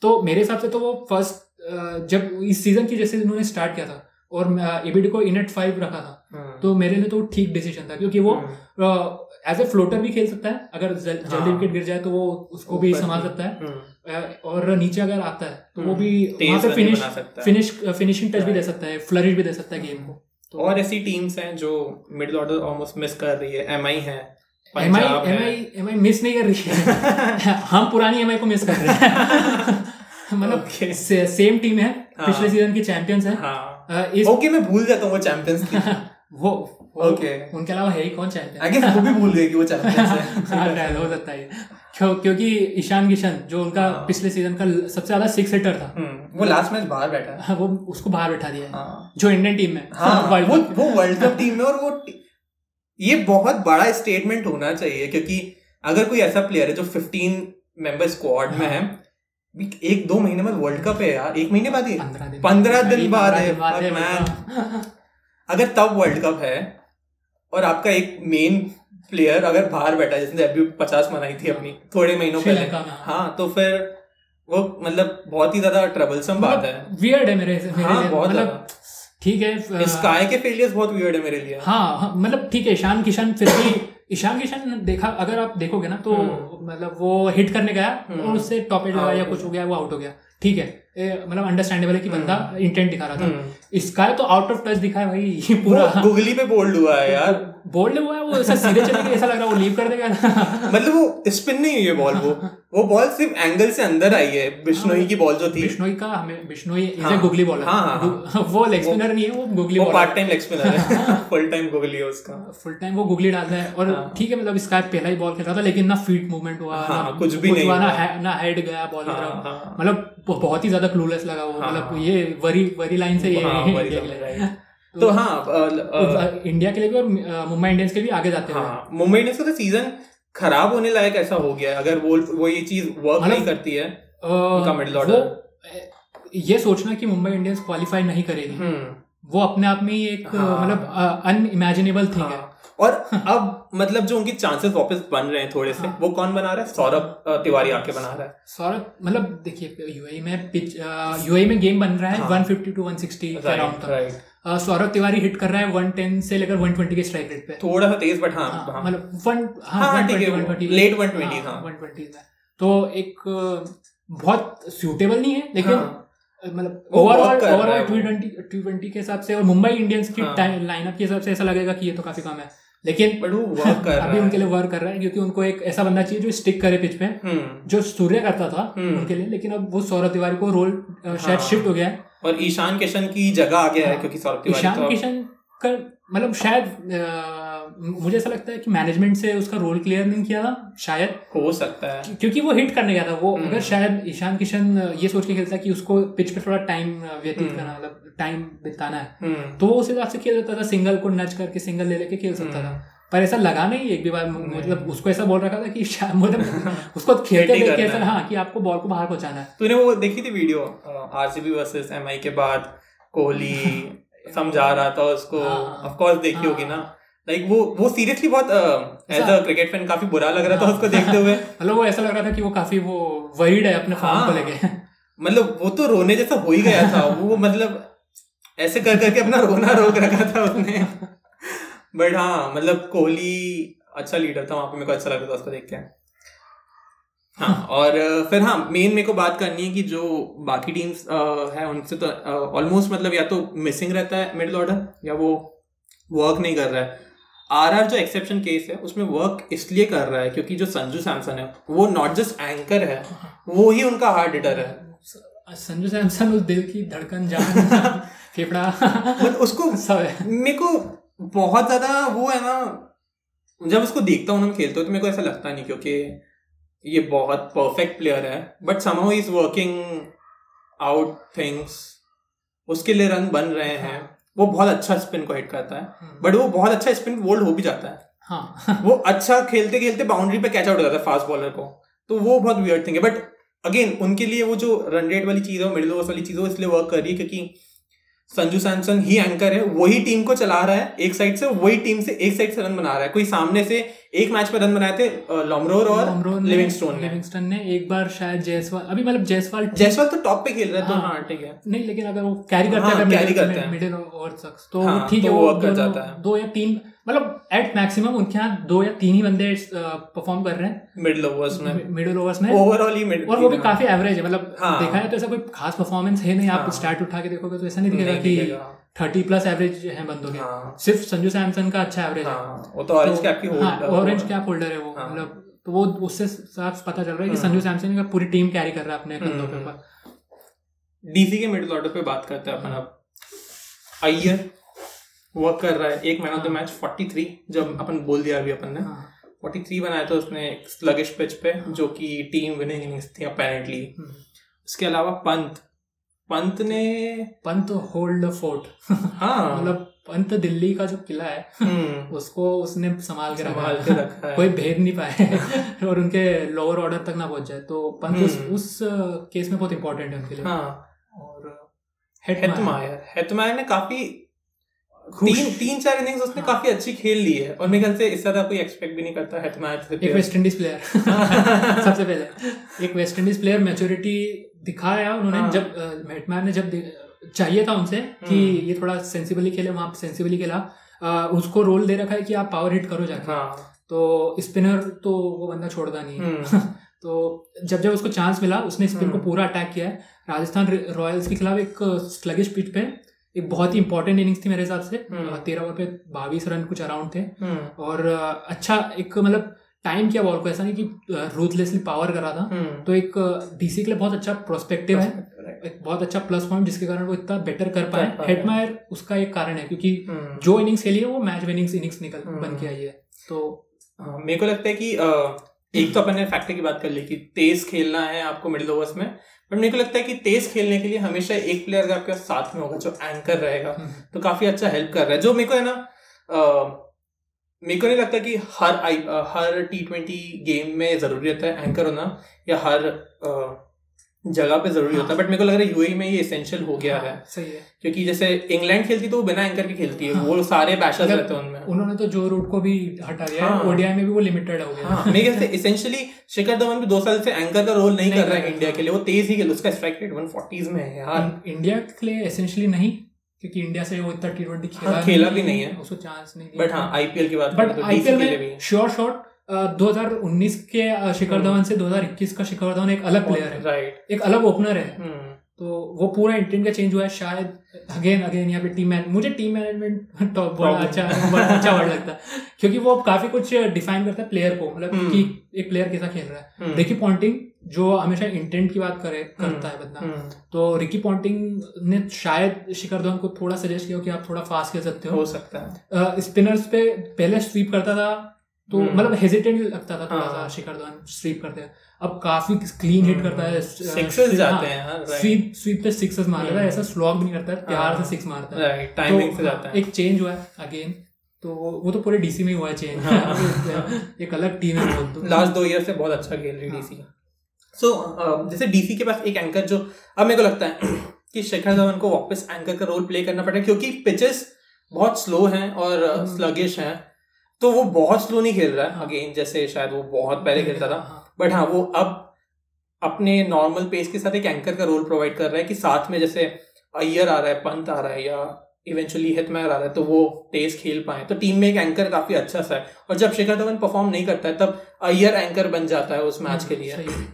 [SPEAKER 2] तो मेरे हिसाब से तो वो फर्स्ट जब इस सीजन की जैसे इन्होंने स्टार्ट किया था और एबीडी को इनेट फाइव रखा था
[SPEAKER 1] हम्म,
[SPEAKER 2] तो मेरे लिए तो वो ठीक डिसीजन था क्योंकि वो
[SPEAKER 1] हम्म।
[SPEAKER 2] एज ए फ्लोटर भी खेल सकता है अगर जल, जल्दी
[SPEAKER 1] हाँ।
[SPEAKER 2] विकेट गिर जाए तो वो उसको भी
[SPEAKER 1] ऊपर
[SPEAKER 2] संभाल
[SPEAKER 1] भी।
[SPEAKER 2] सकता है
[SPEAKER 1] हम्म,
[SPEAKER 2] अ, और नीचे अगर आता है तो वो
[SPEAKER 1] हम्म।
[SPEAKER 2] भी वहां
[SPEAKER 1] तेज
[SPEAKER 2] पे
[SPEAKER 1] रन
[SPEAKER 2] फिनिश
[SPEAKER 1] बना सकता है
[SPEAKER 2] फिनिश फिनिशिंग टच भी दे सकता है फ्लरिश भी दे सकता है गेम को तो
[SPEAKER 1] और ऐसी टीम्स हैं जो मिडिल ऑर्डर ऑलमोस्ट मिस कर रही है एमआई है
[SPEAKER 2] एम आई
[SPEAKER 1] पंजाब
[SPEAKER 2] एम
[SPEAKER 1] है
[SPEAKER 2] आई एम आई मिस नहीं कर रही है हम पुरानी एम आई को मिस कर रहे हैं मतलब
[SPEAKER 1] Okay.
[SPEAKER 2] से, सेम टीम है
[SPEAKER 1] हाँ।
[SPEAKER 2] पिछले सीजन की चैंपियंस है
[SPEAKER 1] हाँ
[SPEAKER 2] अ, इस
[SPEAKER 1] ओके मैं भूल जाता हूँ वो चैंपियंस की
[SPEAKER 2] वो वो-
[SPEAKER 1] Okay.
[SPEAKER 2] उनके अलावा है ही कौन चैंपियन
[SPEAKER 1] आई गेस वो भी भूल गए कि वो चैंपियंस
[SPEAKER 2] हाँ,
[SPEAKER 1] है
[SPEAKER 2] शायद हो सकता है क्यों- क्योंकि ईशान किशन जो उनका
[SPEAKER 1] हाँ।
[SPEAKER 2] पिछले सीजन का ल- सबसे ज्यादा सिक्स हिटर था
[SPEAKER 1] हम्म, वो लास्ट मैच बाहर बैठा है
[SPEAKER 2] हाँ, वो उसको बाहर बैठा दिया है
[SPEAKER 1] हाँ
[SPEAKER 2] जो इंडियन टीम में
[SPEAKER 1] हाँ
[SPEAKER 2] वर्ल्ड
[SPEAKER 1] वो
[SPEAKER 2] कप
[SPEAKER 1] वो वर्ल्ड कप टीम में और वो टी- ये बहुत बड़ा स्टेटमेंट होना चाहिए क्योंकि अगर कोई ऐसा प्लेयर है जो 15 मेंबर स्क्वाड
[SPEAKER 2] हाँ।
[SPEAKER 1] में है एक दो महीने बाद वर्ल्ड कप है यार एक महीने बाद ही
[SPEAKER 2] पंद्रह दिन
[SPEAKER 1] 15 दिन
[SPEAKER 2] अरे,
[SPEAKER 1] बाद
[SPEAKER 2] 15
[SPEAKER 1] है,
[SPEAKER 2] दिन बाद है, हाँ।
[SPEAKER 1] man.
[SPEAKER 2] बिल्कुल।
[SPEAKER 1] अगर तब वर्ल्ड कप है और आपका एक मेन प्लेयर अगर बाहर बैठा है, जिसने अभी पचास मनाई थी अपनी थोड़े महीनों पहले
[SPEAKER 2] श्रीलंका में हाँ।
[SPEAKER 1] हाँ तो फिर वो मतलब बहुत ही ज्यादा ट्रबलसम बात है
[SPEAKER 2] वियर्ड मतलब है मेरे मेरे
[SPEAKER 1] हाँ
[SPEAKER 2] लिए।
[SPEAKER 1] बहुत
[SPEAKER 2] मतलब
[SPEAKER 1] ज्यादा
[SPEAKER 2] ठीक है अ,
[SPEAKER 1] स्काई के फेलियर्स बहुत वियर्ड है मेरे लिए
[SPEAKER 2] हाँ हाँ, मतलब ठीक है ईशान किशन फिर भी ईशान किशन देखा अगर आप देखोगे ना तो
[SPEAKER 1] हम्म।
[SPEAKER 2] मतलब वो हिट करने गया
[SPEAKER 1] हम्म।
[SPEAKER 2] और उससे टॉप एट लगा या
[SPEAKER 1] Out
[SPEAKER 2] कुछ
[SPEAKER 1] हो
[SPEAKER 2] हो गया वो आउट हो गया ठीक है ए, मतलब अंडरस्टैंडेबल है कि बंदा इंटेंट दिखा रहा था
[SPEAKER 1] हम्म।
[SPEAKER 2] इसका तो आउट ऑफ टच दिखा है भाई ये
[SPEAKER 1] पूरा
[SPEAKER 2] पूरा
[SPEAKER 1] गुगली पे बोल्ड हुआ है यार
[SPEAKER 2] बोल्ड हुआ है वो ऐसा सीधे चले गए ऐसा लग रहा है वो लीव कर देगा
[SPEAKER 1] मतलब वो स्पिन नहीं हुई है बॉल वो वो बॉल सिर्फ एंगल से अंदर आई है बिश्नोई की बॉल जो थी
[SPEAKER 2] बिश्नोई का हमें बिश्नोई इज
[SPEAKER 1] हाँ।
[SPEAKER 2] गुगली बॉलर
[SPEAKER 1] हाँ, हाँ,
[SPEAKER 2] वो लेग स्पिनर नहीं है वो गुगली
[SPEAKER 1] वो
[SPEAKER 2] bowler
[SPEAKER 1] part time leg spinner है फुल टाइम गुगली है उसका
[SPEAKER 2] फुल टाइम वो गुगली डालता है और
[SPEAKER 1] हाँ।
[SPEAKER 2] ठीक है मतलब इसका पहला ही बॉल खेल रहा था लेकिन ना फीट मूवमेंट हुआ
[SPEAKER 1] हाँ,
[SPEAKER 2] ना
[SPEAKER 1] कुछ भी नहीं
[SPEAKER 2] हुआ ना
[SPEAKER 1] हुआ।
[SPEAKER 2] है- ना हेड गया बॉल की
[SPEAKER 1] हाँ,
[SPEAKER 2] तरफ
[SPEAKER 1] हाँ।
[SPEAKER 2] मतलब ब- बहुत ही ज्यादा क्लूलेस लगा वो
[SPEAKER 1] हाँ,
[SPEAKER 2] मतलब
[SPEAKER 1] हाँ।
[SPEAKER 2] ये वरी वरी लाइन से ये
[SPEAKER 1] हाँ,
[SPEAKER 2] ये
[SPEAKER 1] वही
[SPEAKER 2] खेल
[SPEAKER 1] तो,
[SPEAKER 2] रहे हैं।
[SPEAKER 1] right. तो हाँ अ, अ,
[SPEAKER 2] तो इंडिया के लिए भी और अ, मुंबई इंडियंस के भी आगे जाते हैं
[SPEAKER 1] हाँ मुंबई इंडियंस का तो सीजन खराब होने लायक ऐसा हो गया है अगर वो वो ये चीज वर्क
[SPEAKER 2] मतलब-
[SPEAKER 1] नहीं करती है
[SPEAKER 2] अ,
[SPEAKER 1] उनका middle
[SPEAKER 2] वो
[SPEAKER 1] order।
[SPEAKER 2] अ, ये सोचना कि मुंबई इंडियंस क्वालिफाई नहीं करेगी
[SPEAKER 1] हम्म
[SPEAKER 2] वो अपने आप में ही एक अ,
[SPEAKER 1] हाँ।
[SPEAKER 2] मतलब अनइमेजिनेबल थिंग है
[SPEAKER 1] हाँ। और अब मतलब जो उनके चांसेस वापस बन रहे हैं थोड़े से
[SPEAKER 2] हाँ।
[SPEAKER 1] वो कौन बना रहा है सौरभ अ, तिवारी आके बना रहा है
[SPEAKER 2] सौरभ मतलब देखिए यूएई में पिच यूएई E में गेम बन रहा है
[SPEAKER 1] हाँ।
[SPEAKER 2] 150 टू 160 के अराउंड
[SPEAKER 1] राइट
[SPEAKER 2] तक अ, सौरभ तिवारी हिट कर रहा है 110 से लेकर 120 के स्ट्राइक रेट पे
[SPEAKER 1] थोड़ा सा तेज बट हाँ
[SPEAKER 2] हाँ,
[SPEAKER 1] हाँ।
[SPEAKER 2] मतलब वन
[SPEAKER 1] हाँ,
[SPEAKER 2] हाँ
[SPEAKER 1] ठीक है,
[SPEAKER 2] 120
[SPEAKER 1] वो
[SPEAKER 2] 120
[SPEAKER 1] late 120
[SPEAKER 2] हाँ,
[SPEAKER 1] था।
[SPEAKER 2] 120 था तो एक अ, बहुत सूटेबल नहीं है लेकिन
[SPEAKER 1] हाँ।
[SPEAKER 2] अ, मतलब
[SPEAKER 1] वो work
[SPEAKER 2] ओवरऑल
[SPEAKER 1] कर रहा है
[SPEAKER 2] ओवरऑल
[SPEAKER 1] वो।
[SPEAKER 2] 220 220 के हिसाब से और मुंबई इंडियंस की
[SPEAKER 1] हाँ।
[SPEAKER 2] लाइनअप के हिसाब से ऐसा लगेगा कि ये तो काफी कम है लेकिन
[SPEAKER 1] बट वो वर्क कर रहा
[SPEAKER 2] अभी
[SPEAKER 1] है
[SPEAKER 2] उनके लिए वर्क कर रहा है क्योंकि उनको एक ऐसा बंदा चाहिए जो स्टिक करे पिच पे
[SPEAKER 1] हम्म
[SPEAKER 2] जो सूर्य करता था
[SPEAKER 1] हम्म।
[SPEAKER 2] उनके लिए लेकिन अब वो सौरभ तिवारी को रोल अ, शायद
[SPEAKER 1] हाँ।
[SPEAKER 2] शिफ्ट हो गया है
[SPEAKER 1] और ईशान किशन की जगह आ गया है
[SPEAKER 2] हाँ।
[SPEAKER 1] क्योंकि सौरभ तिवारी
[SPEAKER 2] ईशान
[SPEAKER 1] तो अब-
[SPEAKER 2] किशन का मतलब शायद अ, मुझे ऐसा लगता है कि मैनेजमेंट से उसका रोल क्लियर नहीं किया था शायद
[SPEAKER 1] हो सकता है
[SPEAKER 2] क्योंकि वो हिट करने गया था वो
[SPEAKER 1] हम्म।
[SPEAKER 2] अगर शायद ईशान किशन ये सोच के खेलता कि उसको पिच पे थोड़ा टाइम व्यतीत
[SPEAKER 1] हम्म।
[SPEAKER 2] करना मतलब टाइम बिताना है
[SPEAKER 1] हम्म
[SPEAKER 2] तो वो उस हिसाब से खेल सकता था सिंगल को नच करके सिंगल ले लेके खेल सकता था पर ऐसा लगा नहीं एक भी बार मु-
[SPEAKER 1] हम्म। नहीं।
[SPEAKER 2] मतलब उसको ऐसा बोल रखा था कि शा- मतलब उसको खेलते
[SPEAKER 1] ही
[SPEAKER 2] देख के
[SPEAKER 1] करना
[SPEAKER 2] ऐसा
[SPEAKER 1] है।
[SPEAKER 2] हाँ कि आपको बॉल को बाहर पहुंचाना है
[SPEAKER 1] तूने वो देखी थी वीडियो आरसीबी वर्सेस एमआई के बाद कोहली समझा रहा था उसको
[SPEAKER 2] हाँ। हाँ।
[SPEAKER 1] ऑफ कोर्स देखी होगी ना लाइक वो वो सीरियसली बहुत एज
[SPEAKER 2] ऐसा-
[SPEAKER 1] अ क्रिकेट फैन काफी बुरा लग रहा था
[SPEAKER 2] हाँ।
[SPEAKER 1] उसको देखते हुए
[SPEAKER 2] मतलब वो ऐसा लग रहा था कि वो काफी वो वरीड है अपने फॉर्म
[SPEAKER 1] हाँ।
[SPEAKER 2] को लेके
[SPEAKER 1] मतलब वो तो रोने जैसा हो ही गया था वो मतलब ऐसे कर करके अपना रोना रोक रखा था उसने बट हाँ मतलब कोहली अच्छा लीडर था वहां पे मेरे को अच्छा लग रहा था उसको देख के हाँ और अ, फिर हाँ मेन मेरे को बात करनी है कि जो बाकी टीम्स है उनसे तो ऑलमोस्ट मतलब या तो मिसिंग रहता है मिडिल ऑर्डर या वो वर्क नहीं कर रहा है आर आर जो एक्सेप्शन केस है उसमें वर्क इसलिए कर रहा है क्योंकि जो संजू सैमसन है वो नॉट जस्ट एंकर है वो ही उनका हार्ड हिटर है
[SPEAKER 2] संजू सैमसन उस दिल की धड़कन जान फेफड़ा
[SPEAKER 1] बट उसको
[SPEAKER 2] सब है
[SPEAKER 1] मेरे को बहुत ज्यादा वो है ना जब उसको देखता हूँ ना मैं खेलते हुए तो मेरे को ऐसा लगता नहीं क्योंकि ये बहुत परफेक्ट प्लेयर है but somehow is working out things उसके लिए रन बन रहे हैं वो बहुत अच्छा स्पिन को हिट करता है बट वो बहुत अच्छा स्पिन बोल्ड हो भी जाता है
[SPEAKER 2] हाँ
[SPEAKER 1] वो अच्छा खेलते खेलते बाउंड्री पे कैच आउट हो जाता है फास्ट बॉलर को तो वो बहुत वियर्ड थिंग है बट अगेन उनके लिए वो जो रन रेट वाली चीज़ है मिडिल ओवर्स वाली चीज़ है वो इसलिए वर्क कर रही है क्योंकि संजू सैमसन ही एंकर है वही टीम को चला रहा है एक साइड से वही टीम से एक साइड से रन बना रहा है कोई सामने से एक मैच में रन बनाए थे लॉमरोर और लिविंगस्टोन ने
[SPEAKER 2] लिविंगस्टन ने एक बार शायद जयसवाल अभी मतलब जयसवाल
[SPEAKER 1] जयसवाल तो टॉप पे खेल रहा है तो
[SPEAKER 2] हाँ।
[SPEAKER 1] हाँ ठीक है
[SPEAKER 2] नहीं लेकिन अगर वो कैरी करता
[SPEAKER 1] हाँ,
[SPEAKER 2] है
[SPEAKER 1] carry करते हैं।
[SPEAKER 2] मिडिल ओवर तक तो
[SPEAKER 1] हाँ,
[SPEAKER 2] ठीक
[SPEAKER 1] तो
[SPEAKER 2] है
[SPEAKER 1] वो
[SPEAKER 2] वो
[SPEAKER 1] work कर
[SPEAKER 2] दोनों-
[SPEAKER 1] जाता है।
[SPEAKER 2] दो या तीन मतलब एट मैक्सिमम उनके यहाँ दो या तीन ही बंदे परफॉर्म कर रहे
[SPEAKER 1] मिडिल ओवर्स में
[SPEAKER 2] हैं मिडिल ओवर्स में
[SPEAKER 1] ओवरऑल ही मिड
[SPEAKER 2] और वो भी काफी एवरेज है मतलब
[SPEAKER 1] हाँ।
[SPEAKER 2] देखा है तो ऐसा कोई खास परफॉर्मेंस है नहीं आप
[SPEAKER 1] हाँ।
[SPEAKER 2] स्टार्ट उठा के देखोगे तो ऐसा नहीं दिखेगा कि थर्टी प्लस एवरेज है बंदों के
[SPEAKER 1] हाँ
[SPEAKER 2] सिर्फ संजू सैमसन का अच्छा एवरेज है हाँ,
[SPEAKER 1] हाँ वो तो ऑरेंज कैप की होल्ड
[SPEAKER 2] ऑरेंज कैप होल्डर है वो
[SPEAKER 1] हाँ।
[SPEAKER 2] मतलब तो वो उससे साफ पता चल रहा है कि
[SPEAKER 1] हम्म।
[SPEAKER 2] संजू सैमसन का पूरी टीम कैरी कर रहा है अपने कंधों के
[SPEAKER 1] हम्म।
[SPEAKER 2] ऊपर
[SPEAKER 1] डीसी के मिडिल ऑर्डर पे बात करते हैं अपन अब अय्यर वर्क कर रहा है एक तो मैन ऑफ द मैच 43 जब अपन बोल दिया अभी अपन ने
[SPEAKER 2] हाँ।
[SPEAKER 1] 43 बनाया था उसने स्लगिश पिच पे जो कि टीम विनिंग इनिंग्स थी अपेरेंटली
[SPEAKER 2] हम्म।
[SPEAKER 1] उसके अलावा पंत पंत ने
[SPEAKER 2] पंत होल्ड फोर्ट
[SPEAKER 1] हाँ
[SPEAKER 2] मतलब पंत दिल्ली का जो किला है
[SPEAKER 1] हम्म,
[SPEAKER 2] उसको उसने संभाल के रखा
[SPEAKER 1] संभाल
[SPEAKER 2] है।
[SPEAKER 1] के रखा है
[SPEAKER 2] मतलब- कोई भेद नहीं पाए और उनके लोअर ऑर्डर तक ना पहुंच जाए तो पंत उस,
[SPEAKER 1] हम्म।
[SPEAKER 2] उस केस में बहुत इंपॉर्टेंट है उनके लिए
[SPEAKER 1] हाँ
[SPEAKER 2] और हेटमा
[SPEAKER 1] हेतमायर हेतमायर ने काफी
[SPEAKER 2] खुश।
[SPEAKER 1] तीन तीन चार इनिंग्स उसने
[SPEAKER 2] हाँ।
[SPEAKER 1] काफी अच्छी खेल ली है और मेरे ख्याल से इससे ज्यादा कोई एक्सपेक्ट भी नहीं करता हेतमायर से
[SPEAKER 2] एक
[SPEAKER 1] player।
[SPEAKER 2] वेस्ट इंडीज प्लेयर सबसे पहले एक वेस्ट इंडीज प्लेयर मैच्योरिटी दिखाया उन्होंने
[SPEAKER 1] हाँ।
[SPEAKER 2] जब मैटमैन ने जब दे- चाहिए था उनसे कि
[SPEAKER 1] हम्म।
[SPEAKER 2] ये थोड़ा सेंसिबली खेले वहां सेंसिबली खेला अ, उसको रोल दे रखा है कि आप पावर हिट करो जाके
[SPEAKER 1] हाँ
[SPEAKER 2] तो स्पिनर तो वो बंदा छोड़ता नहीं है।
[SPEAKER 1] हम्म,
[SPEAKER 2] तो जब जब उसको चांस मिला उसने स्पिन को
[SPEAKER 1] हम्म।
[SPEAKER 2] पूरा अटैक किया है राजस्थान रॉयल्स के खिलाफ एक स्लगिश पिच पे एक बहुत ही इंपॉर्टेंट इनिंग्स थी मेरे हिसाब से
[SPEAKER 1] हम्म।
[SPEAKER 2] अ, तेरह ओवर पे बाईस रन कुछ अराउंड थे
[SPEAKER 1] हम्म,
[SPEAKER 2] और अ, अच्छा एक मतलब टाइम किया बॉल को ऐसा नहीं कि रूथलेसली पावर करा था
[SPEAKER 1] हम्म।
[SPEAKER 2] तो एक डीसी के लिए बहुत अच्छा प्रोस्पेक्टिव है
[SPEAKER 1] Right.
[SPEAKER 2] एक बहुत अच्छा प्लस पॉइंट जिसके कारण वो इतना बेटर कर
[SPEAKER 1] कर
[SPEAKER 2] पाए
[SPEAKER 1] पाए।
[SPEAKER 2] हेडमायर उसका एक कारण है क्योंकि
[SPEAKER 1] हम्म।
[SPEAKER 2] जो इनिंग्स खेली है वो मैच विनिंग्स इनिंग्स निकल
[SPEAKER 1] हम्म।
[SPEAKER 2] बन के आई है तो
[SPEAKER 1] हाँ, मेरे को लगता है कि अ, एक तो अपन ने फैक्टर की बात कर ली कि तेज खेलना है आपको मिडिल ओवर्स में बट मेरे को लगता है कि तेज खेलने के लिए हमेशा एक प्लेयर आपके साथ में होगा जो एंकर रहेगा
[SPEAKER 2] हम्म,
[SPEAKER 1] तो काफी अच्छा हेल्प कर रहा है जो मेरे को है ना अ, मेरे को नहीं लगता कि हर आई अ, हर टी ट्वेंटी गेम में जरूरी होता है एंकर होना या हर अ, जगह पे जरूरी
[SPEAKER 2] हाँ।
[SPEAKER 1] होता है बट मेरे को लग रहा है यूएई में ये एसेंशियल हो गया है
[SPEAKER 2] सही है
[SPEAKER 1] क्योंकि जैसे इंग्लैंड खेलती तो वो बिना एंकर के खेलती है
[SPEAKER 2] हाँ।
[SPEAKER 1] वो सारे बैशर्स
[SPEAKER 2] मतलब
[SPEAKER 1] रहते हैं उनमें
[SPEAKER 2] उन्होंने तो जो रूट को भी हटा दिया
[SPEAKER 1] हाँ।
[SPEAKER 2] है ओडीआई में भी वो लिमिटेड हो गया
[SPEAKER 1] हाँ मेरे ख्याल से इसेंशियली शिखर धवन भी दो साल से एंकर का रोल नहीं
[SPEAKER 2] नहीं
[SPEAKER 1] कर रहा है
[SPEAKER 2] कर रहा। हम्म।
[SPEAKER 1] इंडिया के लिए वो तेज ही खेल उसका स्ट्राइक रेट 140s में है यार
[SPEAKER 2] इन- इंडिया के लिए एसेंशियली नहीं क्योंकि इंडिया से वो इतना टी ट्वेंटी खेला,
[SPEAKER 1] हाँ, खेला भी नहीं है।
[SPEAKER 2] उसको चांस नहीं दिया
[SPEAKER 1] बट हाँ आईपीएल की बात करें
[SPEAKER 2] बट
[SPEAKER 1] तो
[SPEAKER 2] आईपीएल
[SPEAKER 1] DC के लिए भी
[SPEAKER 2] में uh, श्योर शॉट 2019 के अ, शिखर
[SPEAKER 1] हम्म।
[SPEAKER 2] धवन से 2021 का शिखर धवन एक अलग प्लेयर है
[SPEAKER 1] राइट
[SPEAKER 2] एक अलग ओपनर है
[SPEAKER 1] हम्म,
[SPEAKER 2] तो वो पूरा इंटेंट का चेंज हुआ है शायद अगेन अगेन यहाँ पे टीम मैन मुझे टीम मैनेजमेंट टॉप बड़ा
[SPEAKER 1] Problem.
[SPEAKER 2] अच्छा बड़ा अच्छा वर्ड लगता है क्योंकि वो काफी कुछ डिफाइन करता है प्लेयर को मतलब
[SPEAKER 1] हम्म।
[SPEAKER 2] कि एक प्लेयर कैसा खेल रहा है रिकी पॉन्टिंग जो हमेशा इंटेंट की बात करे
[SPEAKER 1] हम्म।
[SPEAKER 2] करता है बंदा तो रिकी पॉन्टिंग ने शायद शिखर धवन को थोड़ा सजेस्ट किया कि आप थोड़ा फास्ट खेल सकते हो
[SPEAKER 1] हो सकता है
[SPEAKER 2] स्पिनर्स पे पहले स्वीप करता था तो
[SPEAKER 1] हम्म।
[SPEAKER 2] मतलब हेजिटेंट लगता था थोड़ा
[SPEAKER 1] हाँ।
[SPEAKER 2] सा शिखर धवन स्वीप करते हैं अब काफी क्लीन हिट करता है
[SPEAKER 1] सिक्सेस हम्म। जाते हैं हाँ, right.
[SPEAKER 2] स्वीप स्वीप पे सिक्सेस मारता है
[SPEAKER 1] हम्म।
[SPEAKER 2] ऐसा स्लॉग भी नहीं करता है प्यार
[SPEAKER 1] हाँ।
[SPEAKER 2] से सिक्स मारता है
[SPEAKER 1] राइट
[SPEAKER 2] तो
[SPEAKER 1] टाइमिंग से
[SPEAKER 2] हाँ,
[SPEAKER 1] जाता है
[SPEAKER 2] एक चेंज हुआ है अगेन तो वो वो तो पूरे डीसी में ही हुआ है
[SPEAKER 1] हाँ।
[SPEAKER 2] चेंज एक अलग टीम है बोल दो
[SPEAKER 1] लास्ट दो ईयर से बहुत अच्छा खेल रही
[SPEAKER 2] हाँ।
[SPEAKER 1] डीसी सो जैसे डीसी के पास एक एंकर जो अब मेरे को लगता है कि शिखर धवन को वापस एंकर का रोल प्ले करना पड़ा क्योंकि पिचेस बहुत स्लो हैं और स्लगिश हैं तो वो बहुत स्लो नहीं खेल रहा है अगेन जैसे शायद वो बहुत पहले खेलता था बट हाँ वो अब अपने नॉर्मल पेस के साथ एक एंकर का रोल प्रोवाइड कर रहा है कि साथ में जैसे अय्यर आ रहा है पंत आ रहा है या इवेंचुअली हितमैर आ रहा है तो वो तेज खेल पाए तो टीम में एक एंकर काफी अच्छा सा है और जब शिखर धवन परफॉर्म नहीं करता है तब अय्यर एंकर बन जाता है उस
[SPEAKER 2] तो हाँ,
[SPEAKER 1] मैच
[SPEAKER 2] मतलब
[SPEAKER 1] के लिए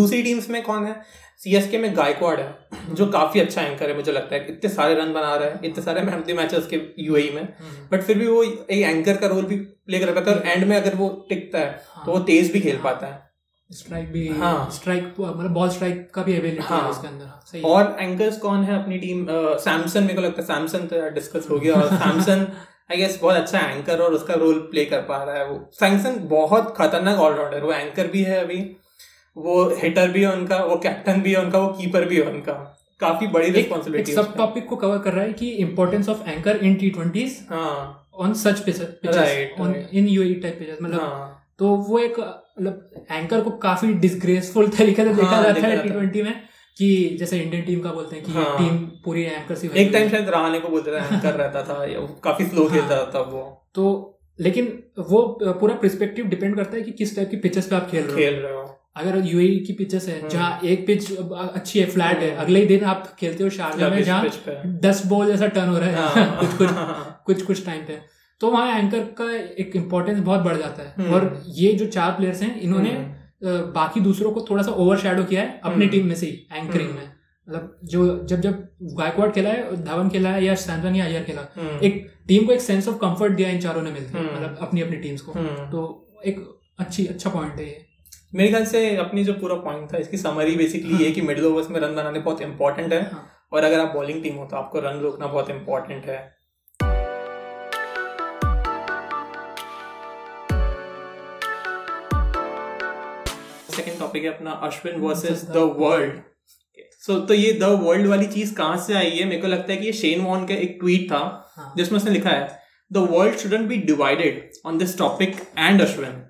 [SPEAKER 1] दूसरी टीम्स में कौन है सीएसके में गायकवाड है जो काफी अच्छा एंकर है मुझे लगता है इतने सारे रन बना रहा है इतने सारे मेहनती मैचेस के यूएई में बट फिर भी वो एक एंकर का रोल भी प्ले कर पाता है और एंड में अगर वो टिकता है तो वो तेज भी खेल पाता है
[SPEAKER 2] स्ट्राइक हाँ, भी हाँ स्ट्राइक मतलब बॉल स्ट्राइक का भी अवेलेबिलिटी हाँ, है उसके अंदर
[SPEAKER 1] सही और एंकर्स कौन है अपनी टीम सैमसन मेरे को लगता है सैमसन तो डिस्कस हो गया और सैमसन आई गेस बहुत अच्छा एंकर और उसका रोल प्ले कर पा रहा है वो सैमसन बहुत खतरनाक ऑलराउंडर वो एंकर भी है अभी वो हिटर भी है उनका वो कैप्टन भी है उनका वो कीपर भी है उनका काफी बड़ी रिस्पॉन्सिबिलिटी
[SPEAKER 2] सब टॉपिक को कवर कर रहा है कि importance of anchor in T twenties
[SPEAKER 1] हाँ,
[SPEAKER 2] on such pitches on in UAE type pitches E मतलब
[SPEAKER 1] हाँ।
[SPEAKER 2] तो वो एक मतलब एंकर को काफी डिस्ग्रेसफुल तरीके से देखा हाँ, जाता है टी ट्वेंटी में कि जैसे इंडियन टीम का बोलते हैं कि हाँ, टीम पूरी एंकर
[SPEAKER 1] से एक टाइम शायद रहाने को बोलते थे एंकर रहता था या काफी स्लो हाँ, खेलता था वो
[SPEAKER 2] तो लेकिन वो पूरा पर्सपेक्टिव डिपेंड करता है कि किस टाइप की पिचेस पे आप खेल हाँ। रहे हो
[SPEAKER 1] खेल रहे हो
[SPEAKER 2] अगर यूएई की पिचेस है जहाँ एक पिच अच्छी है फ्लैट है अगले ही दिन आप खेलते हो शारजा में जहाँ दस बॉल जैसा टर्न हो रहा है कुछ कुछ
[SPEAKER 1] हाँ।
[SPEAKER 2] कुछ कुछ टाइम पे तो वहाँ एंकर का एक इम्पोर्टेंस बहुत बढ़ जाता है और ये जो चार प्लेयर्स हैं इन्होंने बाकी दूसरों को थोड़ा सा ओवर शेडो किया है अपनी टीम में से ही एंकरिंग में मतलब जो जब जब गायकवाड खेला है धवन खेला है या सैमसन या अयर खेला
[SPEAKER 1] हम्म।
[SPEAKER 2] एक टीम को एक सेंस ऑफ कंफर्ट दिया इन चारों ने मिलकर मतलब अपनी अपनी टीम्स
[SPEAKER 1] हम्म।
[SPEAKER 2] को तो एक अच्छी अच्छा पॉइंट है ये
[SPEAKER 1] मेरे ख्याल से अपनी जो पूरा पॉइंट था इसकी समरी बेसिकली ये कि मिडिल ओवर्स में रन बनाने बहुत इंपॉर्टेंट है
[SPEAKER 2] हाँ,
[SPEAKER 1] और अगर आप बॉलिंग टीम हो तो आपको रन रोकना बहुत इंपॉर्टेंट है सेकंड टॉपिक है अपना Ashwin versus the world so तो ये द वर्ल्ड वाली चीज कहाँ से आई है मेरे को लगता है कि ये शेन वॉन का एक ट्वीट था हाँ. जिसमें उसने लिखा है the world shouldn't be divided on this topic and Ashwin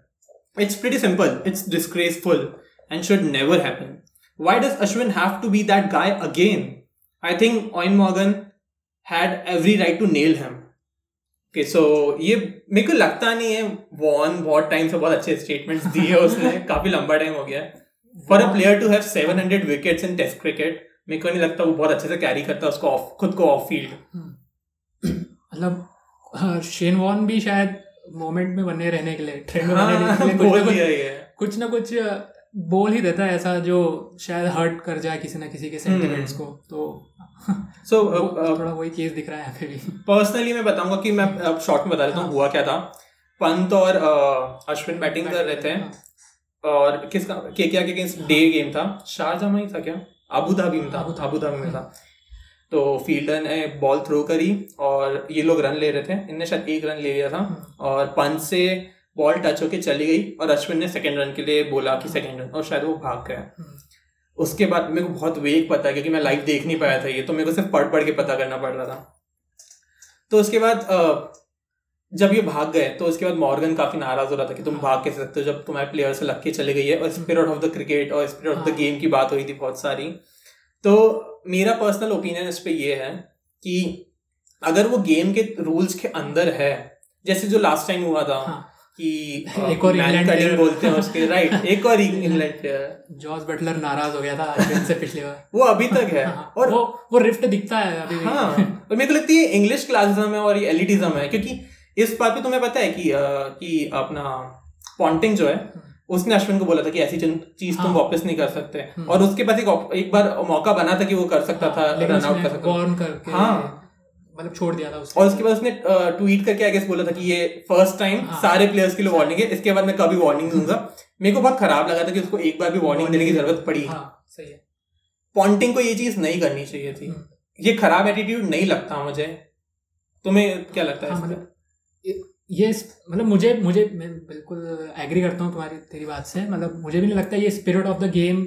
[SPEAKER 1] it's pretty simple it's disgraceful and should never happen why does Ashwin have to be that guy again I think Eoin Morgan had every right to nail him okay so ये मेरे को लगता नहीं है वॉन बहुत टाइम से बहुत अच्छे स्टेटमेंट्स दिए है उसने काफी लंबा टाइम हो गया फॉर
[SPEAKER 2] हाँ,
[SPEAKER 1] a player to have 700 wickets in test cricket मेरे को नहीं लगता वो बहुत अच्छे से कैरी करता है उसको ऑफ खुद को ऑफ फील्ड
[SPEAKER 2] हम्म। मतलब शेन वॉन भी शायद मोमेंट में बने रहने के लिए ट्रेंड में
[SPEAKER 1] हाँ,
[SPEAKER 2] बने रहने के लिए कुछ ना कुछ, कुछ ना कुछ बोल ही देता है ऐसा जो शायद हर्ट कर जाए किसी ना किसी के
[SPEAKER 1] हम्म।
[SPEAKER 2] सेंटिमेंट्स को तो
[SPEAKER 1] सो
[SPEAKER 2] so, वो, uh, थोड़ा वही केस दिख रहा है अभी भी
[SPEAKER 1] पर्सनली मैं बताऊंगा कि मैं अब शॉर्ट में बता देता हूँ हुआ क्या था पंत और uh, अश्विन बैटिंग कर रहे थे और किसका के के अगेंस्ट डे गेम था शारजा में ही था क्या अबू धाबी में था अबू धाबी में था तो फील्डर ने बॉल थ्रो करी और ये लोग रन ले रहे थे इनने शायद एक रन ले लिया था
[SPEAKER 2] हाँ।
[SPEAKER 1] और पंत से बॉल टच होके चली गई और अश्विन ने सेकेंड रन के लिए बोला कि सेकेंड रन और शायद वो भाग गया उसके बाद मेरे को बहुत वेग पता है क्योंकि मैं लाइव देख नहीं पाया था ये तो मेरे को सिर्फ पढ़ पढ़ के पता करना पड़ रहा था तो उसके बाद जब ये भाग गए तो उसके बाद मॉर्गन काफी नाराज हो रहा था कि तुम भाग कैसे सकते हो जब तुम्हारे प्लेयर से लग के चली गई है और स्पिरिट ऑफ द क्रिकेट और स्पिरिट ऑफ द गेम की बात हो रही थी बहुत सारी तो मेरा पर्सनल ओपिनियन इस पर यह है कि अगर वो गेम के रूल्स के अंदर है जैसे जो लास्ट टाइम हुआ था हाँ. कि um,
[SPEAKER 2] एक और इंग्लैंड प्लेयर
[SPEAKER 1] बोलते हैं उसके राइट एक और इंग्लैंड प्लेयर
[SPEAKER 2] जॉर्ज बटलर नाराज हो गया था अश्विन से पिछली बार
[SPEAKER 1] वो अभी तक है
[SPEAKER 2] और हाँ, वो वो रिफ्ट दिखता है अभी
[SPEAKER 1] हाँ और मेरे को लगती है इंग्लिश क्लासिज्म है और ये एलिटिज्म है क्योंकि इस बात पे तुम्हें पता है कि आ, कि अपना पॉन्टिंग जो है
[SPEAKER 2] हाँ।
[SPEAKER 1] उसने अश्विन को बोला था कि ऐसी चीज तुम वापस नहीं कर सकते
[SPEAKER 2] हाँ।
[SPEAKER 1] और उसके पास एक एक बार मौका बना था कि वो कर सकता था रन आउट कर
[SPEAKER 2] सकता था हाँ मतलब छोड़ दिया था
[SPEAKER 1] उसके और उसके बाद उसने ट्वीट करके आई गेस बोला था कि ये फर्स्ट टाइम हाँ। सारे प्लेयर्स के लिए वार्निंग है इसके बाद मैं कभी वार्निंग दूंगा मेरे को बहुत खराब लगा था कि उसको एक बार भी वार्निंग देने की जरूरत पड़ी
[SPEAKER 2] हाँ, सही है
[SPEAKER 1] पॉन्टिंग को ये चीज नहीं करनी चाहिए थी ये खराब एटीट्यूड नहीं लगता मुझे तुम्हें क्या लगता है हाँ,
[SPEAKER 2] मतलब ये मतलब मुझे मुझे मैं बिल्कुल एग्री करता हूँ तुम्हारी तेरी बात से मतलब मुझे भी नहीं लगता ये स्पिरिट ऑफ द गेम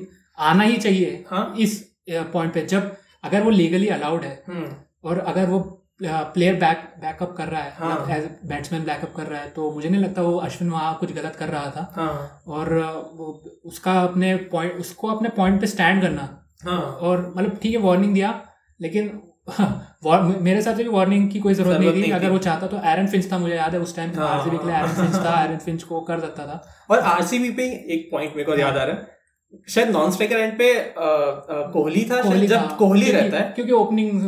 [SPEAKER 2] आना ही चाहिए
[SPEAKER 1] हाँ
[SPEAKER 2] इस पॉइंट पे जब अगर वो लीगली अलाउड
[SPEAKER 1] हम्म,
[SPEAKER 2] है और अगर वो प्लेयर बैक बैकअप कर रहा है मतलब
[SPEAKER 1] हाँ.
[SPEAKER 2] एज बैट्समैन बैकअप कर रहा है तो मुझे नहीं लगता वो अश्विन वहाँ कुछ गलत कर रहा था
[SPEAKER 1] हाँ.
[SPEAKER 2] और वो उसका अपने पॉइंट उसको अपने पॉइंट पे स्टैंड करना
[SPEAKER 1] हाँ.
[SPEAKER 2] और मतलब ठीक है वार्निंग दिया लेकिन वार, मेरे हिसाब से भी वार्निंग की कोई जरूरत
[SPEAKER 1] जरूरत
[SPEAKER 2] नहीं थी
[SPEAKER 1] नहीं
[SPEAKER 2] अगर
[SPEAKER 1] थी।
[SPEAKER 2] वो चाहता तो एरन फिंच था मुझे याद है उस तो टाइम
[SPEAKER 1] हाँ,
[SPEAKER 2] आरसीबी के लिए एरन फिंच था एरन फिंच को कर सकता था
[SPEAKER 1] और आरसीबी पे एक पॉइंट मेरे को याद आ रहा है शायद नॉन स्ट्राइकर एंड पे अ, अ, कोहली था शायद अच्छा,
[SPEAKER 2] था।
[SPEAKER 1] जब कोहली
[SPEAKER 2] हाँ। क्योंकि-
[SPEAKER 1] रहता है
[SPEAKER 2] क्योंकि ओपनिंग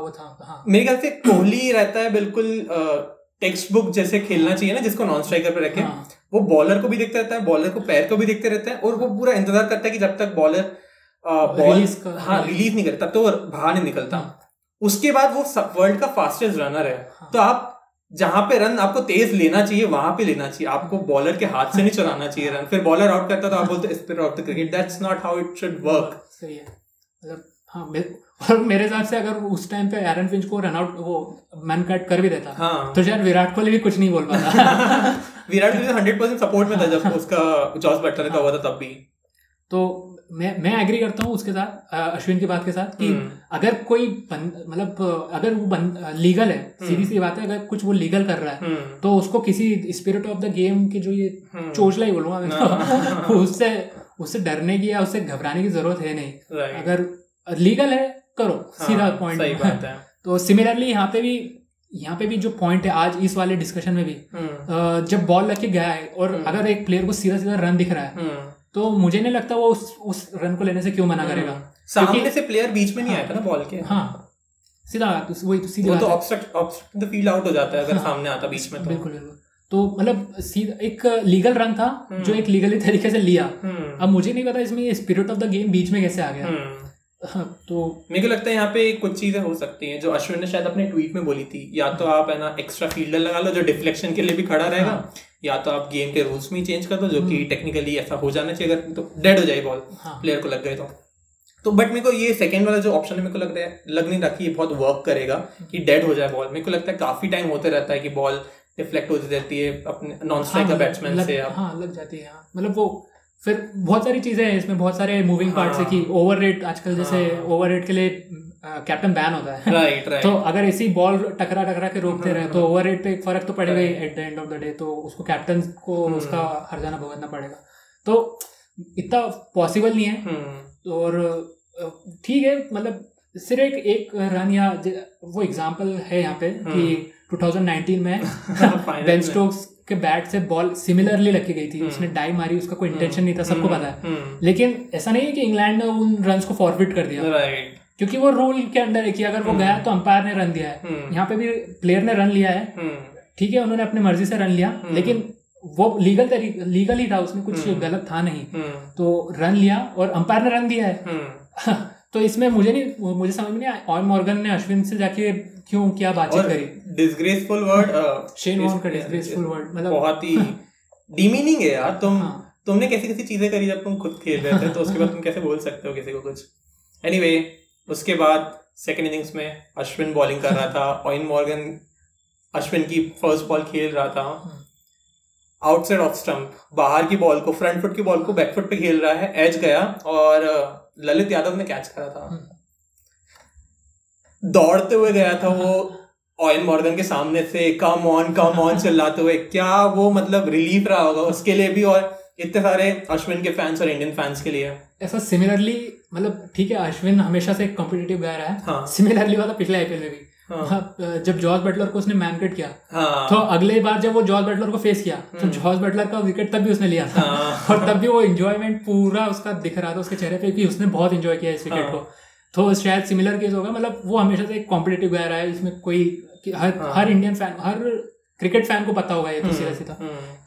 [SPEAKER 2] वो था हाँ
[SPEAKER 1] मेरे ख्याल से कोहली रहता है बिल्कुल टेक्स्ट बुक जैसे खेलना चाहिए ना जिसको नॉन स्ट्राइकर पे रखे
[SPEAKER 2] हाँ,
[SPEAKER 1] वो बॉलर को भी देखता रहता है बॉलर को पैर को भी देखते रहता है और वो पूरा इंतजार करता है कि जब तक बॉलर बॉल
[SPEAKER 2] release हाँ। का-
[SPEAKER 1] हाँ रिलीज नहीं करता तब तो वो बाहर नहीं निकलता उसके बाद वो वर्ल्ड का फास्टेस्ट रनर है
[SPEAKER 2] हाँ।
[SPEAKER 1] तो आप जहां पे रन आपको तेज लेना चाहिए वहां पे लेना चाहिए आपको बॉलर के हाथ से नहीं चलाना चाहिए रन फिर बॉलर आउट करता है तो आप बोलते spirit of the cricket that's not how it should work
[SPEAKER 2] सही है मतलब हाँ मे- और मेरे हिसाब से अगर उस टाइम पे एरन फिंच को रन आउट वो मैन कट कर भी देता
[SPEAKER 1] हाँ
[SPEAKER 2] तो शायद विराट कोहली भी कुछ नहीं बोल पाता
[SPEAKER 1] विराट कोहली तो हंड्रेड परसेंट सपोर्ट में था जब उसका जॉस बटलर का हुआ था तब भी
[SPEAKER 2] तो मैं मैं एग्री करता हूँ उसके साथ अ, अश्विन की बात के साथ कि
[SPEAKER 1] हम्म,
[SPEAKER 2] अगर कोई बन- मतलब अ, अगर वो लीगल है सीधी सी बात है अगर कुछ वो लीगल कर रहा है
[SPEAKER 1] हम्म,
[SPEAKER 2] तो उसको किसी स्पिरिट ऑफ द गेम की जो ये
[SPEAKER 1] हम्म,
[SPEAKER 2] चोचला ही बोलूंगा मैं
[SPEAKER 1] हाँ।
[SPEAKER 2] तो उससे उससे डरने की या उससे घबराने की जरूरत है नहीं
[SPEAKER 1] right,
[SPEAKER 2] अगर लीगल है करो
[SPEAKER 1] हाँ,
[SPEAKER 2] सीधा
[SPEAKER 1] सही
[SPEAKER 2] पॉइंट
[SPEAKER 1] बात है
[SPEAKER 2] तो सिमिलरली यहाँ पे भी यहाँ पे भी जो पॉइंट है आज इस वाले डिस्कशन में भी
[SPEAKER 1] हम्म,
[SPEAKER 2] अ, जब बॉल लग के गया है और
[SPEAKER 1] हम्म।
[SPEAKER 2] अगर एक प्लेयर को सीधा सीधा रन दिख रहा है
[SPEAKER 1] हम्म,
[SPEAKER 2] तो मुझे नहीं लगता वो उस उस रन को लेने से क्यों
[SPEAKER 1] हाँ।
[SPEAKER 2] मना करेगा
[SPEAKER 1] सामने
[SPEAKER 2] क्योंकि-
[SPEAKER 1] से प्लेयर बीच में नहीं
[SPEAKER 2] हाँ,
[SPEAKER 1] आया था ना बॉल के
[SPEAKER 2] हाँ सीधा तो वही तो सीधी
[SPEAKER 1] वो
[SPEAKER 2] बात
[SPEAKER 1] तो
[SPEAKER 2] है।
[SPEAKER 1] Obstruct obstruct the field out हो जाता है अगर
[SPEAKER 2] हाँ,
[SPEAKER 1] सामने आता बीच में तो
[SPEAKER 2] बिल्कुल बिल्कुल तो मतलब सीधा एक लीगल रन था
[SPEAKER 1] हम्म।
[SPEAKER 2] जो एक लीगली तरीके से लिया
[SPEAKER 1] हम्म,
[SPEAKER 2] अब मुझे नहीं पता इसमें ये स्पिरिट ऑफ द गेम बीच में कैसे आ गया
[SPEAKER 1] हम्म।
[SPEAKER 2] हाँ, तो
[SPEAKER 1] मेरे को लगता है यहाँ पे कुछ चीजें हो सकती हैं जो अश्विन ने शायद अपने ट्वीट में बोली थी या तो आप है ना एक्स्ट्रा फील्डर लगा लो जो डिफ्लेक्शन के लिए भी खड़ा रहेगा
[SPEAKER 2] हाँ।
[SPEAKER 1] या तो आप गेम के रूल्स में ही चेंज कर दो जो कि
[SPEAKER 2] हम्म।
[SPEAKER 1] टेक्निकली ऐसा हो जाना चाहिए अगर तो डेड हो जाए बॉल
[SPEAKER 2] हाँ
[SPEAKER 1] प्लेयर को लग गए तो तो बट मेरे को ये सेकंड वाला जो ऑप्शन है मेरे को लग रहा है लग नहीं रहा कि ये बहुत वर्क करेगा कि डेड हो जाए बॉल मेरे को लगता है काफी टाइम होते रहता है कि बॉल डिफ्लेक्ट होती रहती है अपने नॉन स्ट्राइकर
[SPEAKER 2] हाँ,
[SPEAKER 1] बैट्समैन
[SPEAKER 2] लग-
[SPEAKER 1] से आप
[SPEAKER 2] हाँ लग जाती है हाँ। मतलब वो फिर बहुत सारी चीजें हैं इसमें बहुत सारे मूविंग पार्ट्स है कि
[SPEAKER 1] हाँ।
[SPEAKER 2] ओवर रेट आजकल जैसे
[SPEAKER 1] हाँ।
[SPEAKER 2] ओवर रेट के लिए कैप्टन बैन होता है
[SPEAKER 1] राइट राइट
[SPEAKER 2] तो अगर ऐसी बॉल टकरा टकरा के रोकते
[SPEAKER 1] हाँ,
[SPEAKER 2] रहे
[SPEAKER 1] हाँ।
[SPEAKER 2] तो ओवर रेट पे एक फर्क तो पड़ेगा ही
[SPEAKER 1] Right.
[SPEAKER 2] At the end of the day तो उसको कैप्टन को
[SPEAKER 1] हम्म।
[SPEAKER 2] उसका हर्जाना भुगतना पड़ेगा तो इतना पॉसिबल नहीं है
[SPEAKER 1] Hmm.
[SPEAKER 2] तो और अ, ठीक है मतलब सिर्फ एक एक रन या ज- वो एग्जांपल है यहाँ पे कि 2019 में बेन स्टोक्स के बैट से बॉल सिमिलरली लगी गई थी
[SPEAKER 1] हम्म।
[SPEAKER 2] उसने डाई मारी उसका कोई इंटेंशन नहीं था
[SPEAKER 1] Hmm.
[SPEAKER 2] सबको
[SPEAKER 1] हाँ।
[SPEAKER 2] पता है लेकिन ऐसा नहीं है कि इंग्लैंड ने उन रन को फॉरवर्ड कर दिया
[SPEAKER 1] राइट
[SPEAKER 2] क्योंकि वो रूल के अंडर है कि अगर वो
[SPEAKER 1] हम्म।
[SPEAKER 2] गया तो अंपायर ने रन दिया है
[SPEAKER 1] Hmm. हाँ।
[SPEAKER 2] यहाँ पे भी प्लेयर ने रन लिया है ठीक है उन्होंने अपनी मर्जी से रन लिया
[SPEAKER 1] हम्म।
[SPEAKER 2] लेकिन वो लीगल तरीके लीगल ही था उसमें कुछ
[SPEAKER 1] हम्म।
[SPEAKER 2] गलत था नहीं तो रन लिया और अंपायर ने रन दिया
[SPEAKER 1] Hmm.
[SPEAKER 2] है तो इसमें मुझे नहीं मुझे समझ में नहीं आया ऑन मॉर्गन ने अश्विन से जाके क्यों क्या बातचीत
[SPEAKER 1] और
[SPEAKER 2] करी
[SPEAKER 1] डिस्ग्रेसफुल वर्ड
[SPEAKER 2] शेन वॉर्न का डिस्ग्रेसफुल वर्ड मतलब
[SPEAKER 1] बहुत ही डिमीनिंग है यार तुम
[SPEAKER 2] हाँ
[SPEAKER 1] तुमने कैसी कैसी चीजें करी जब तुम खुद खेल रहे थे तो उसके बाद तुम कैसे बोल सकते हो किसी को कुछ एनीवे उसके बाद सेकेंड इनिंग्स में अश्विन बॉलिंग कर रहा था ऑइन मॉर्गन अश्विन की फर्स्ट बॉल खेल रहा था आउटसाइड ऑफ स्टंप बाहर की बॉल को फ्रंट फुट की बॉल को बैक फुट पे खेल रहा है एज गया और अ, ललित यादव ने कैच करा था
[SPEAKER 2] हम्म।
[SPEAKER 1] दौड़ते हुए गया था वो ऑयन मॉर्गन के सामने से कम ऑन कम ऑन चिल्लाते हुए क्या वो मतलब रिलीफ रहा होगा उसके लिए भी और इतने सारे अश्विन के फैंस और इंडियन फैंस के लिए हाँ,
[SPEAKER 2] ऐसा सिमिलरली मतलब ठीक है अश्विन हमेशा से कॉम्पिटेटिव गया रहा है
[SPEAKER 1] हाँ
[SPEAKER 2] सिमिलरली वाला पिछले आईपीएल में भी
[SPEAKER 1] हाँ
[SPEAKER 2] हाँ, जब जॉर्ज बटलर को उसने मैनकेट किया तो
[SPEAKER 1] हाँ
[SPEAKER 2] अगले बार जब वो जॉर्ज बटलर को फेस किया तो
[SPEAKER 1] हम्म।
[SPEAKER 2] जॉर्ज बटलर का विकेट तब भी उसने लिया था
[SPEAKER 1] हाँ
[SPEAKER 2] और तब भी वो एंजॉयमेंट पूरा उसका दिख रहा था उसके चेहरे पे कि उसने बहुत एंजॉय किया इस विकेट
[SPEAKER 1] हाँ।
[SPEAKER 2] को तो शायद सिमिलर केस होगा मतलब वो हमेशा से एक कॉम्पिटेटिव गया रहा है इसमें कोई कि हर
[SPEAKER 1] हाँ। हम्म।
[SPEAKER 2] हर इंडियन फैन हर क्रिकेट फैन को पता होगा ये तो सीधा सीधा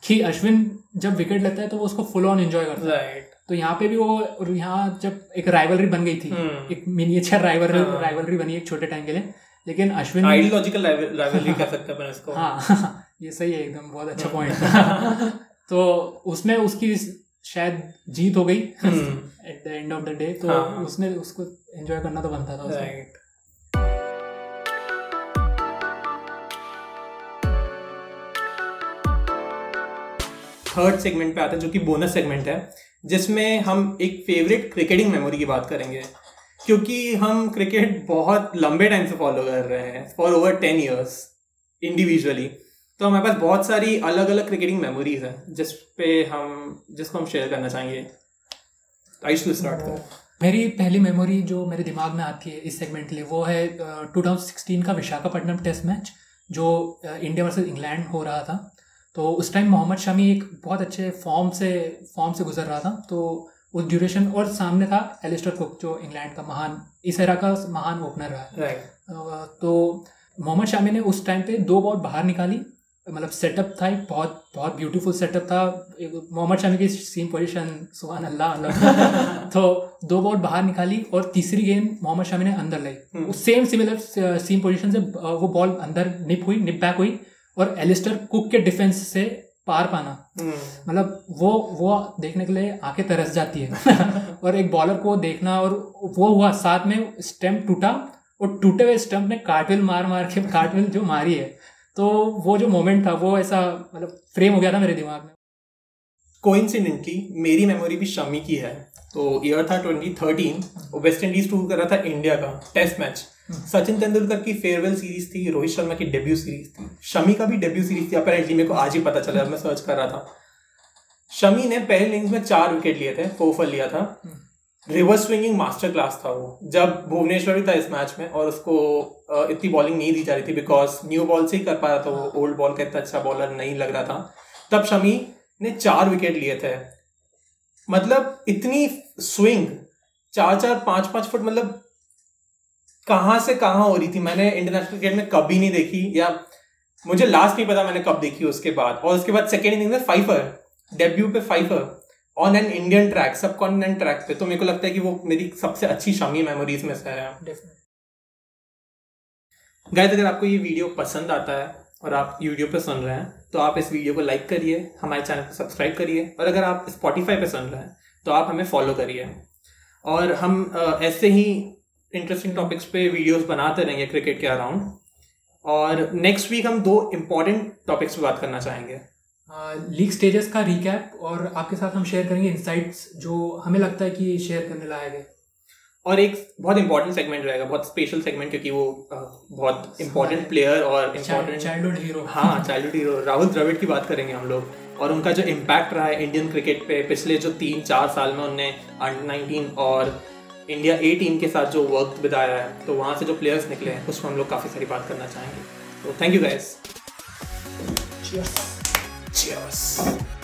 [SPEAKER 2] कि अश्विन जब विकेट लेता है तो वो उसको फुल ऑन एंजॉय करता है
[SPEAKER 1] राइट
[SPEAKER 2] तो यहाँ पे भी वो और यहाँ जब एक राइवलरी बन गई थी एक मिनिएचर राइवल
[SPEAKER 1] हम्म। हाँ।
[SPEAKER 2] राइवलरी बनी एक छोटे टाइम के लिए लेकिन अश्विन
[SPEAKER 1] आइडियोलॉजिकल राइवलरी कह सकते हैं अपन इसको
[SPEAKER 2] हाँ ये सही है एकदम बहुत अच्छा
[SPEAKER 1] हम्म।
[SPEAKER 2] पॉइंट तो उसमें उसकी शायद जीत हो गई
[SPEAKER 1] हम्म।
[SPEAKER 2] At the end of the day तो
[SPEAKER 1] हाँ।
[SPEAKER 2] उसने उसको एंजॉय करना तो बनता था उसको
[SPEAKER 1] राइट थर्ड सेगमेंट पे आते हैं जो कि बोनस सेगमेंट है जिसमें हम एक फेवरेट क्रिकेटिंग मेमोरी की बात करेंगे क्योंकि हम क्रिकेट बहुत लंबे टाइम से फॉलो कर रहे हैं for over ten years individually तो हमारे पास बहुत सारी अलग अलग क्रिकेटिंग मेमोरीज हैं जिस पे हम जिसको हम शेयर करना चाहेंगे आयुष तू स्टार्ट कर
[SPEAKER 2] मेरी पहली मेमोरी जो मेरे दिमाग में आती है इस सेगमेंट के लिए वो है टू का विशाखापट्टनम टेस्ट मैच जो अ, इंडिया वर्सेस इंग्लैंड हो रहा था तो उस टाइम मोहम्मद शमी एक बहुत अच्छे फॉर्म से फॉर्म से गुजर रहा था तो उस ड्यूरेशन और सामने था एलिस्टर कुक जो इंग्लैंड का महान इस एरा का महान ओपनर रहा है
[SPEAKER 1] राइट
[SPEAKER 2] अ, तो मोहम्मद शामी ने उस टाइम पे दो बॉल बाहर निकाली मतलब सेटअप था एक बहुत बहुत ब्यूटीफुल सेटअप था एक मोहम्मद शामी की सीम पोजीशन सुबह अल्लाह मतलब तो दो बॉल बाहर निकाली और तीसरी गेंद मोहम्मद शामी ने अंदर लाई उस सेम सिमिलर सीम पोजीशन से अ, वो बॉल अंदर निप हुई निप बैक हुई और एलिस्टर कुक के डिफेंस से पार पाना
[SPEAKER 1] हम्म।
[SPEAKER 2] मतलब वो वो देखने के लिए आंखें तरस जाती है और एक बॉलर को देखना और वो हुआ साथ में स्टंप टूटा और टूटे हुए स्टंप ने कार्टविल मार मार के कार्टविल जो मारी है तो वो जो मोमेंट था वो ऐसा मतलब फ्रेम हो गया था मेरे दिमाग में
[SPEAKER 1] कोइंसिडेंटली मेरी मेमोरी भी शमी की है तो ईयर था 2013 वेस्ट इंडीज टूर कर रहा था इंडिया का टेस्ट मैच सचिन तेंदुलकर की फेयरवेल सीरीज थी रोहित शर्मा की डेब्यू सीरीज थी शमी का भी डेब्यू सीरीज थी अपेरेंटली मेरे को आज ही पता चला जब मैं सर्च कर रहा था शमी ने पहले इनिंग्स में चार विकेट लिए थे फोर फल लिया था रिवर्स स्विंगिंग मास्टर क्लास था वो जब भुवनेश्वर भी था इस मैच में और उसको अ, इतनी बॉलिंग नहीं दी जा रही थी बिकॉज न्यू बॉल से ही कर पा रहा था वो ओल्ड बॉल का इतना अच्छा बॉलर नहीं लग रहा था तब शमी ने चार विकेट लिए थे मतलब इतनी स्विंग चार चार पांच पांच फुट मतलब कहाँ से कहाँ हो रही थी मैंने इंटरनेशनल क्रिकेट में कभी नहीं देखी या मुझे लास्ट नहीं पता मैंने कब देखी उसके बाद और उसके बाद सेकेंड इनिंग में फाइफर डेब्यू पे fifer on an Indian track subcontinent track पे तो मेरे को लगता है कि वो मेरी सबसे अच्छी शामी मेमोरीज में से है गाइस अगर आपको ये वीडियो पसंद आता है और आप यूट्यूब पे सुन रहे हैं तो आप इस वीडियो को लाइक करिए हमारे चैनल को सब्सक्राइब करिए और अगर आप स्पॉटिफाई पे सुन रहे हैं तो आप हमें फॉलो करिए और हम अ, ऐसे ही इंटरेस्टिंग टॉपिक्स पे वीडियोस बनाते रहेंगे क्रिकेट के अराउंड और नेक्स्ट वीक हम दो इम्पॉर्टेंट टॉपिक्स पे बात करना चाहेंगे
[SPEAKER 2] लीग स्टेजेस का रिकैप और आपके साथ हम शेयर करेंगे इंसाइट्स जो हमें लगता है कि शेयर करने लायक है
[SPEAKER 1] और एक बहुत इंपॉर्टेंट सेगमेंट रहेगा बहुत स्पेशल सेगमेंट क्योंकि वो अ, बहुत इंपॉर्टेंट प्लेयर और इंपॉर्टेंट
[SPEAKER 2] चाइल्डहुड हीरो
[SPEAKER 1] हाँ चाइल्डहुड हीरो राहुल द्रविड़ की बात करेंगे हम लोग और उनका जो इम्पैक्ट रहा है इंडियन क्रिकेट पे पिछले जो तीन चार साल में उनने अंडर नाइनटीन और इंडिया ए टीम के साथ जो वक्त बिताया है तो वहाँ से जो प्लेयर्स निकले हैं उस पर हम लोग काफ़ी सारी बात करना चाहेंगे तो thank you guys
[SPEAKER 2] Cheers.
[SPEAKER 1] Cheers.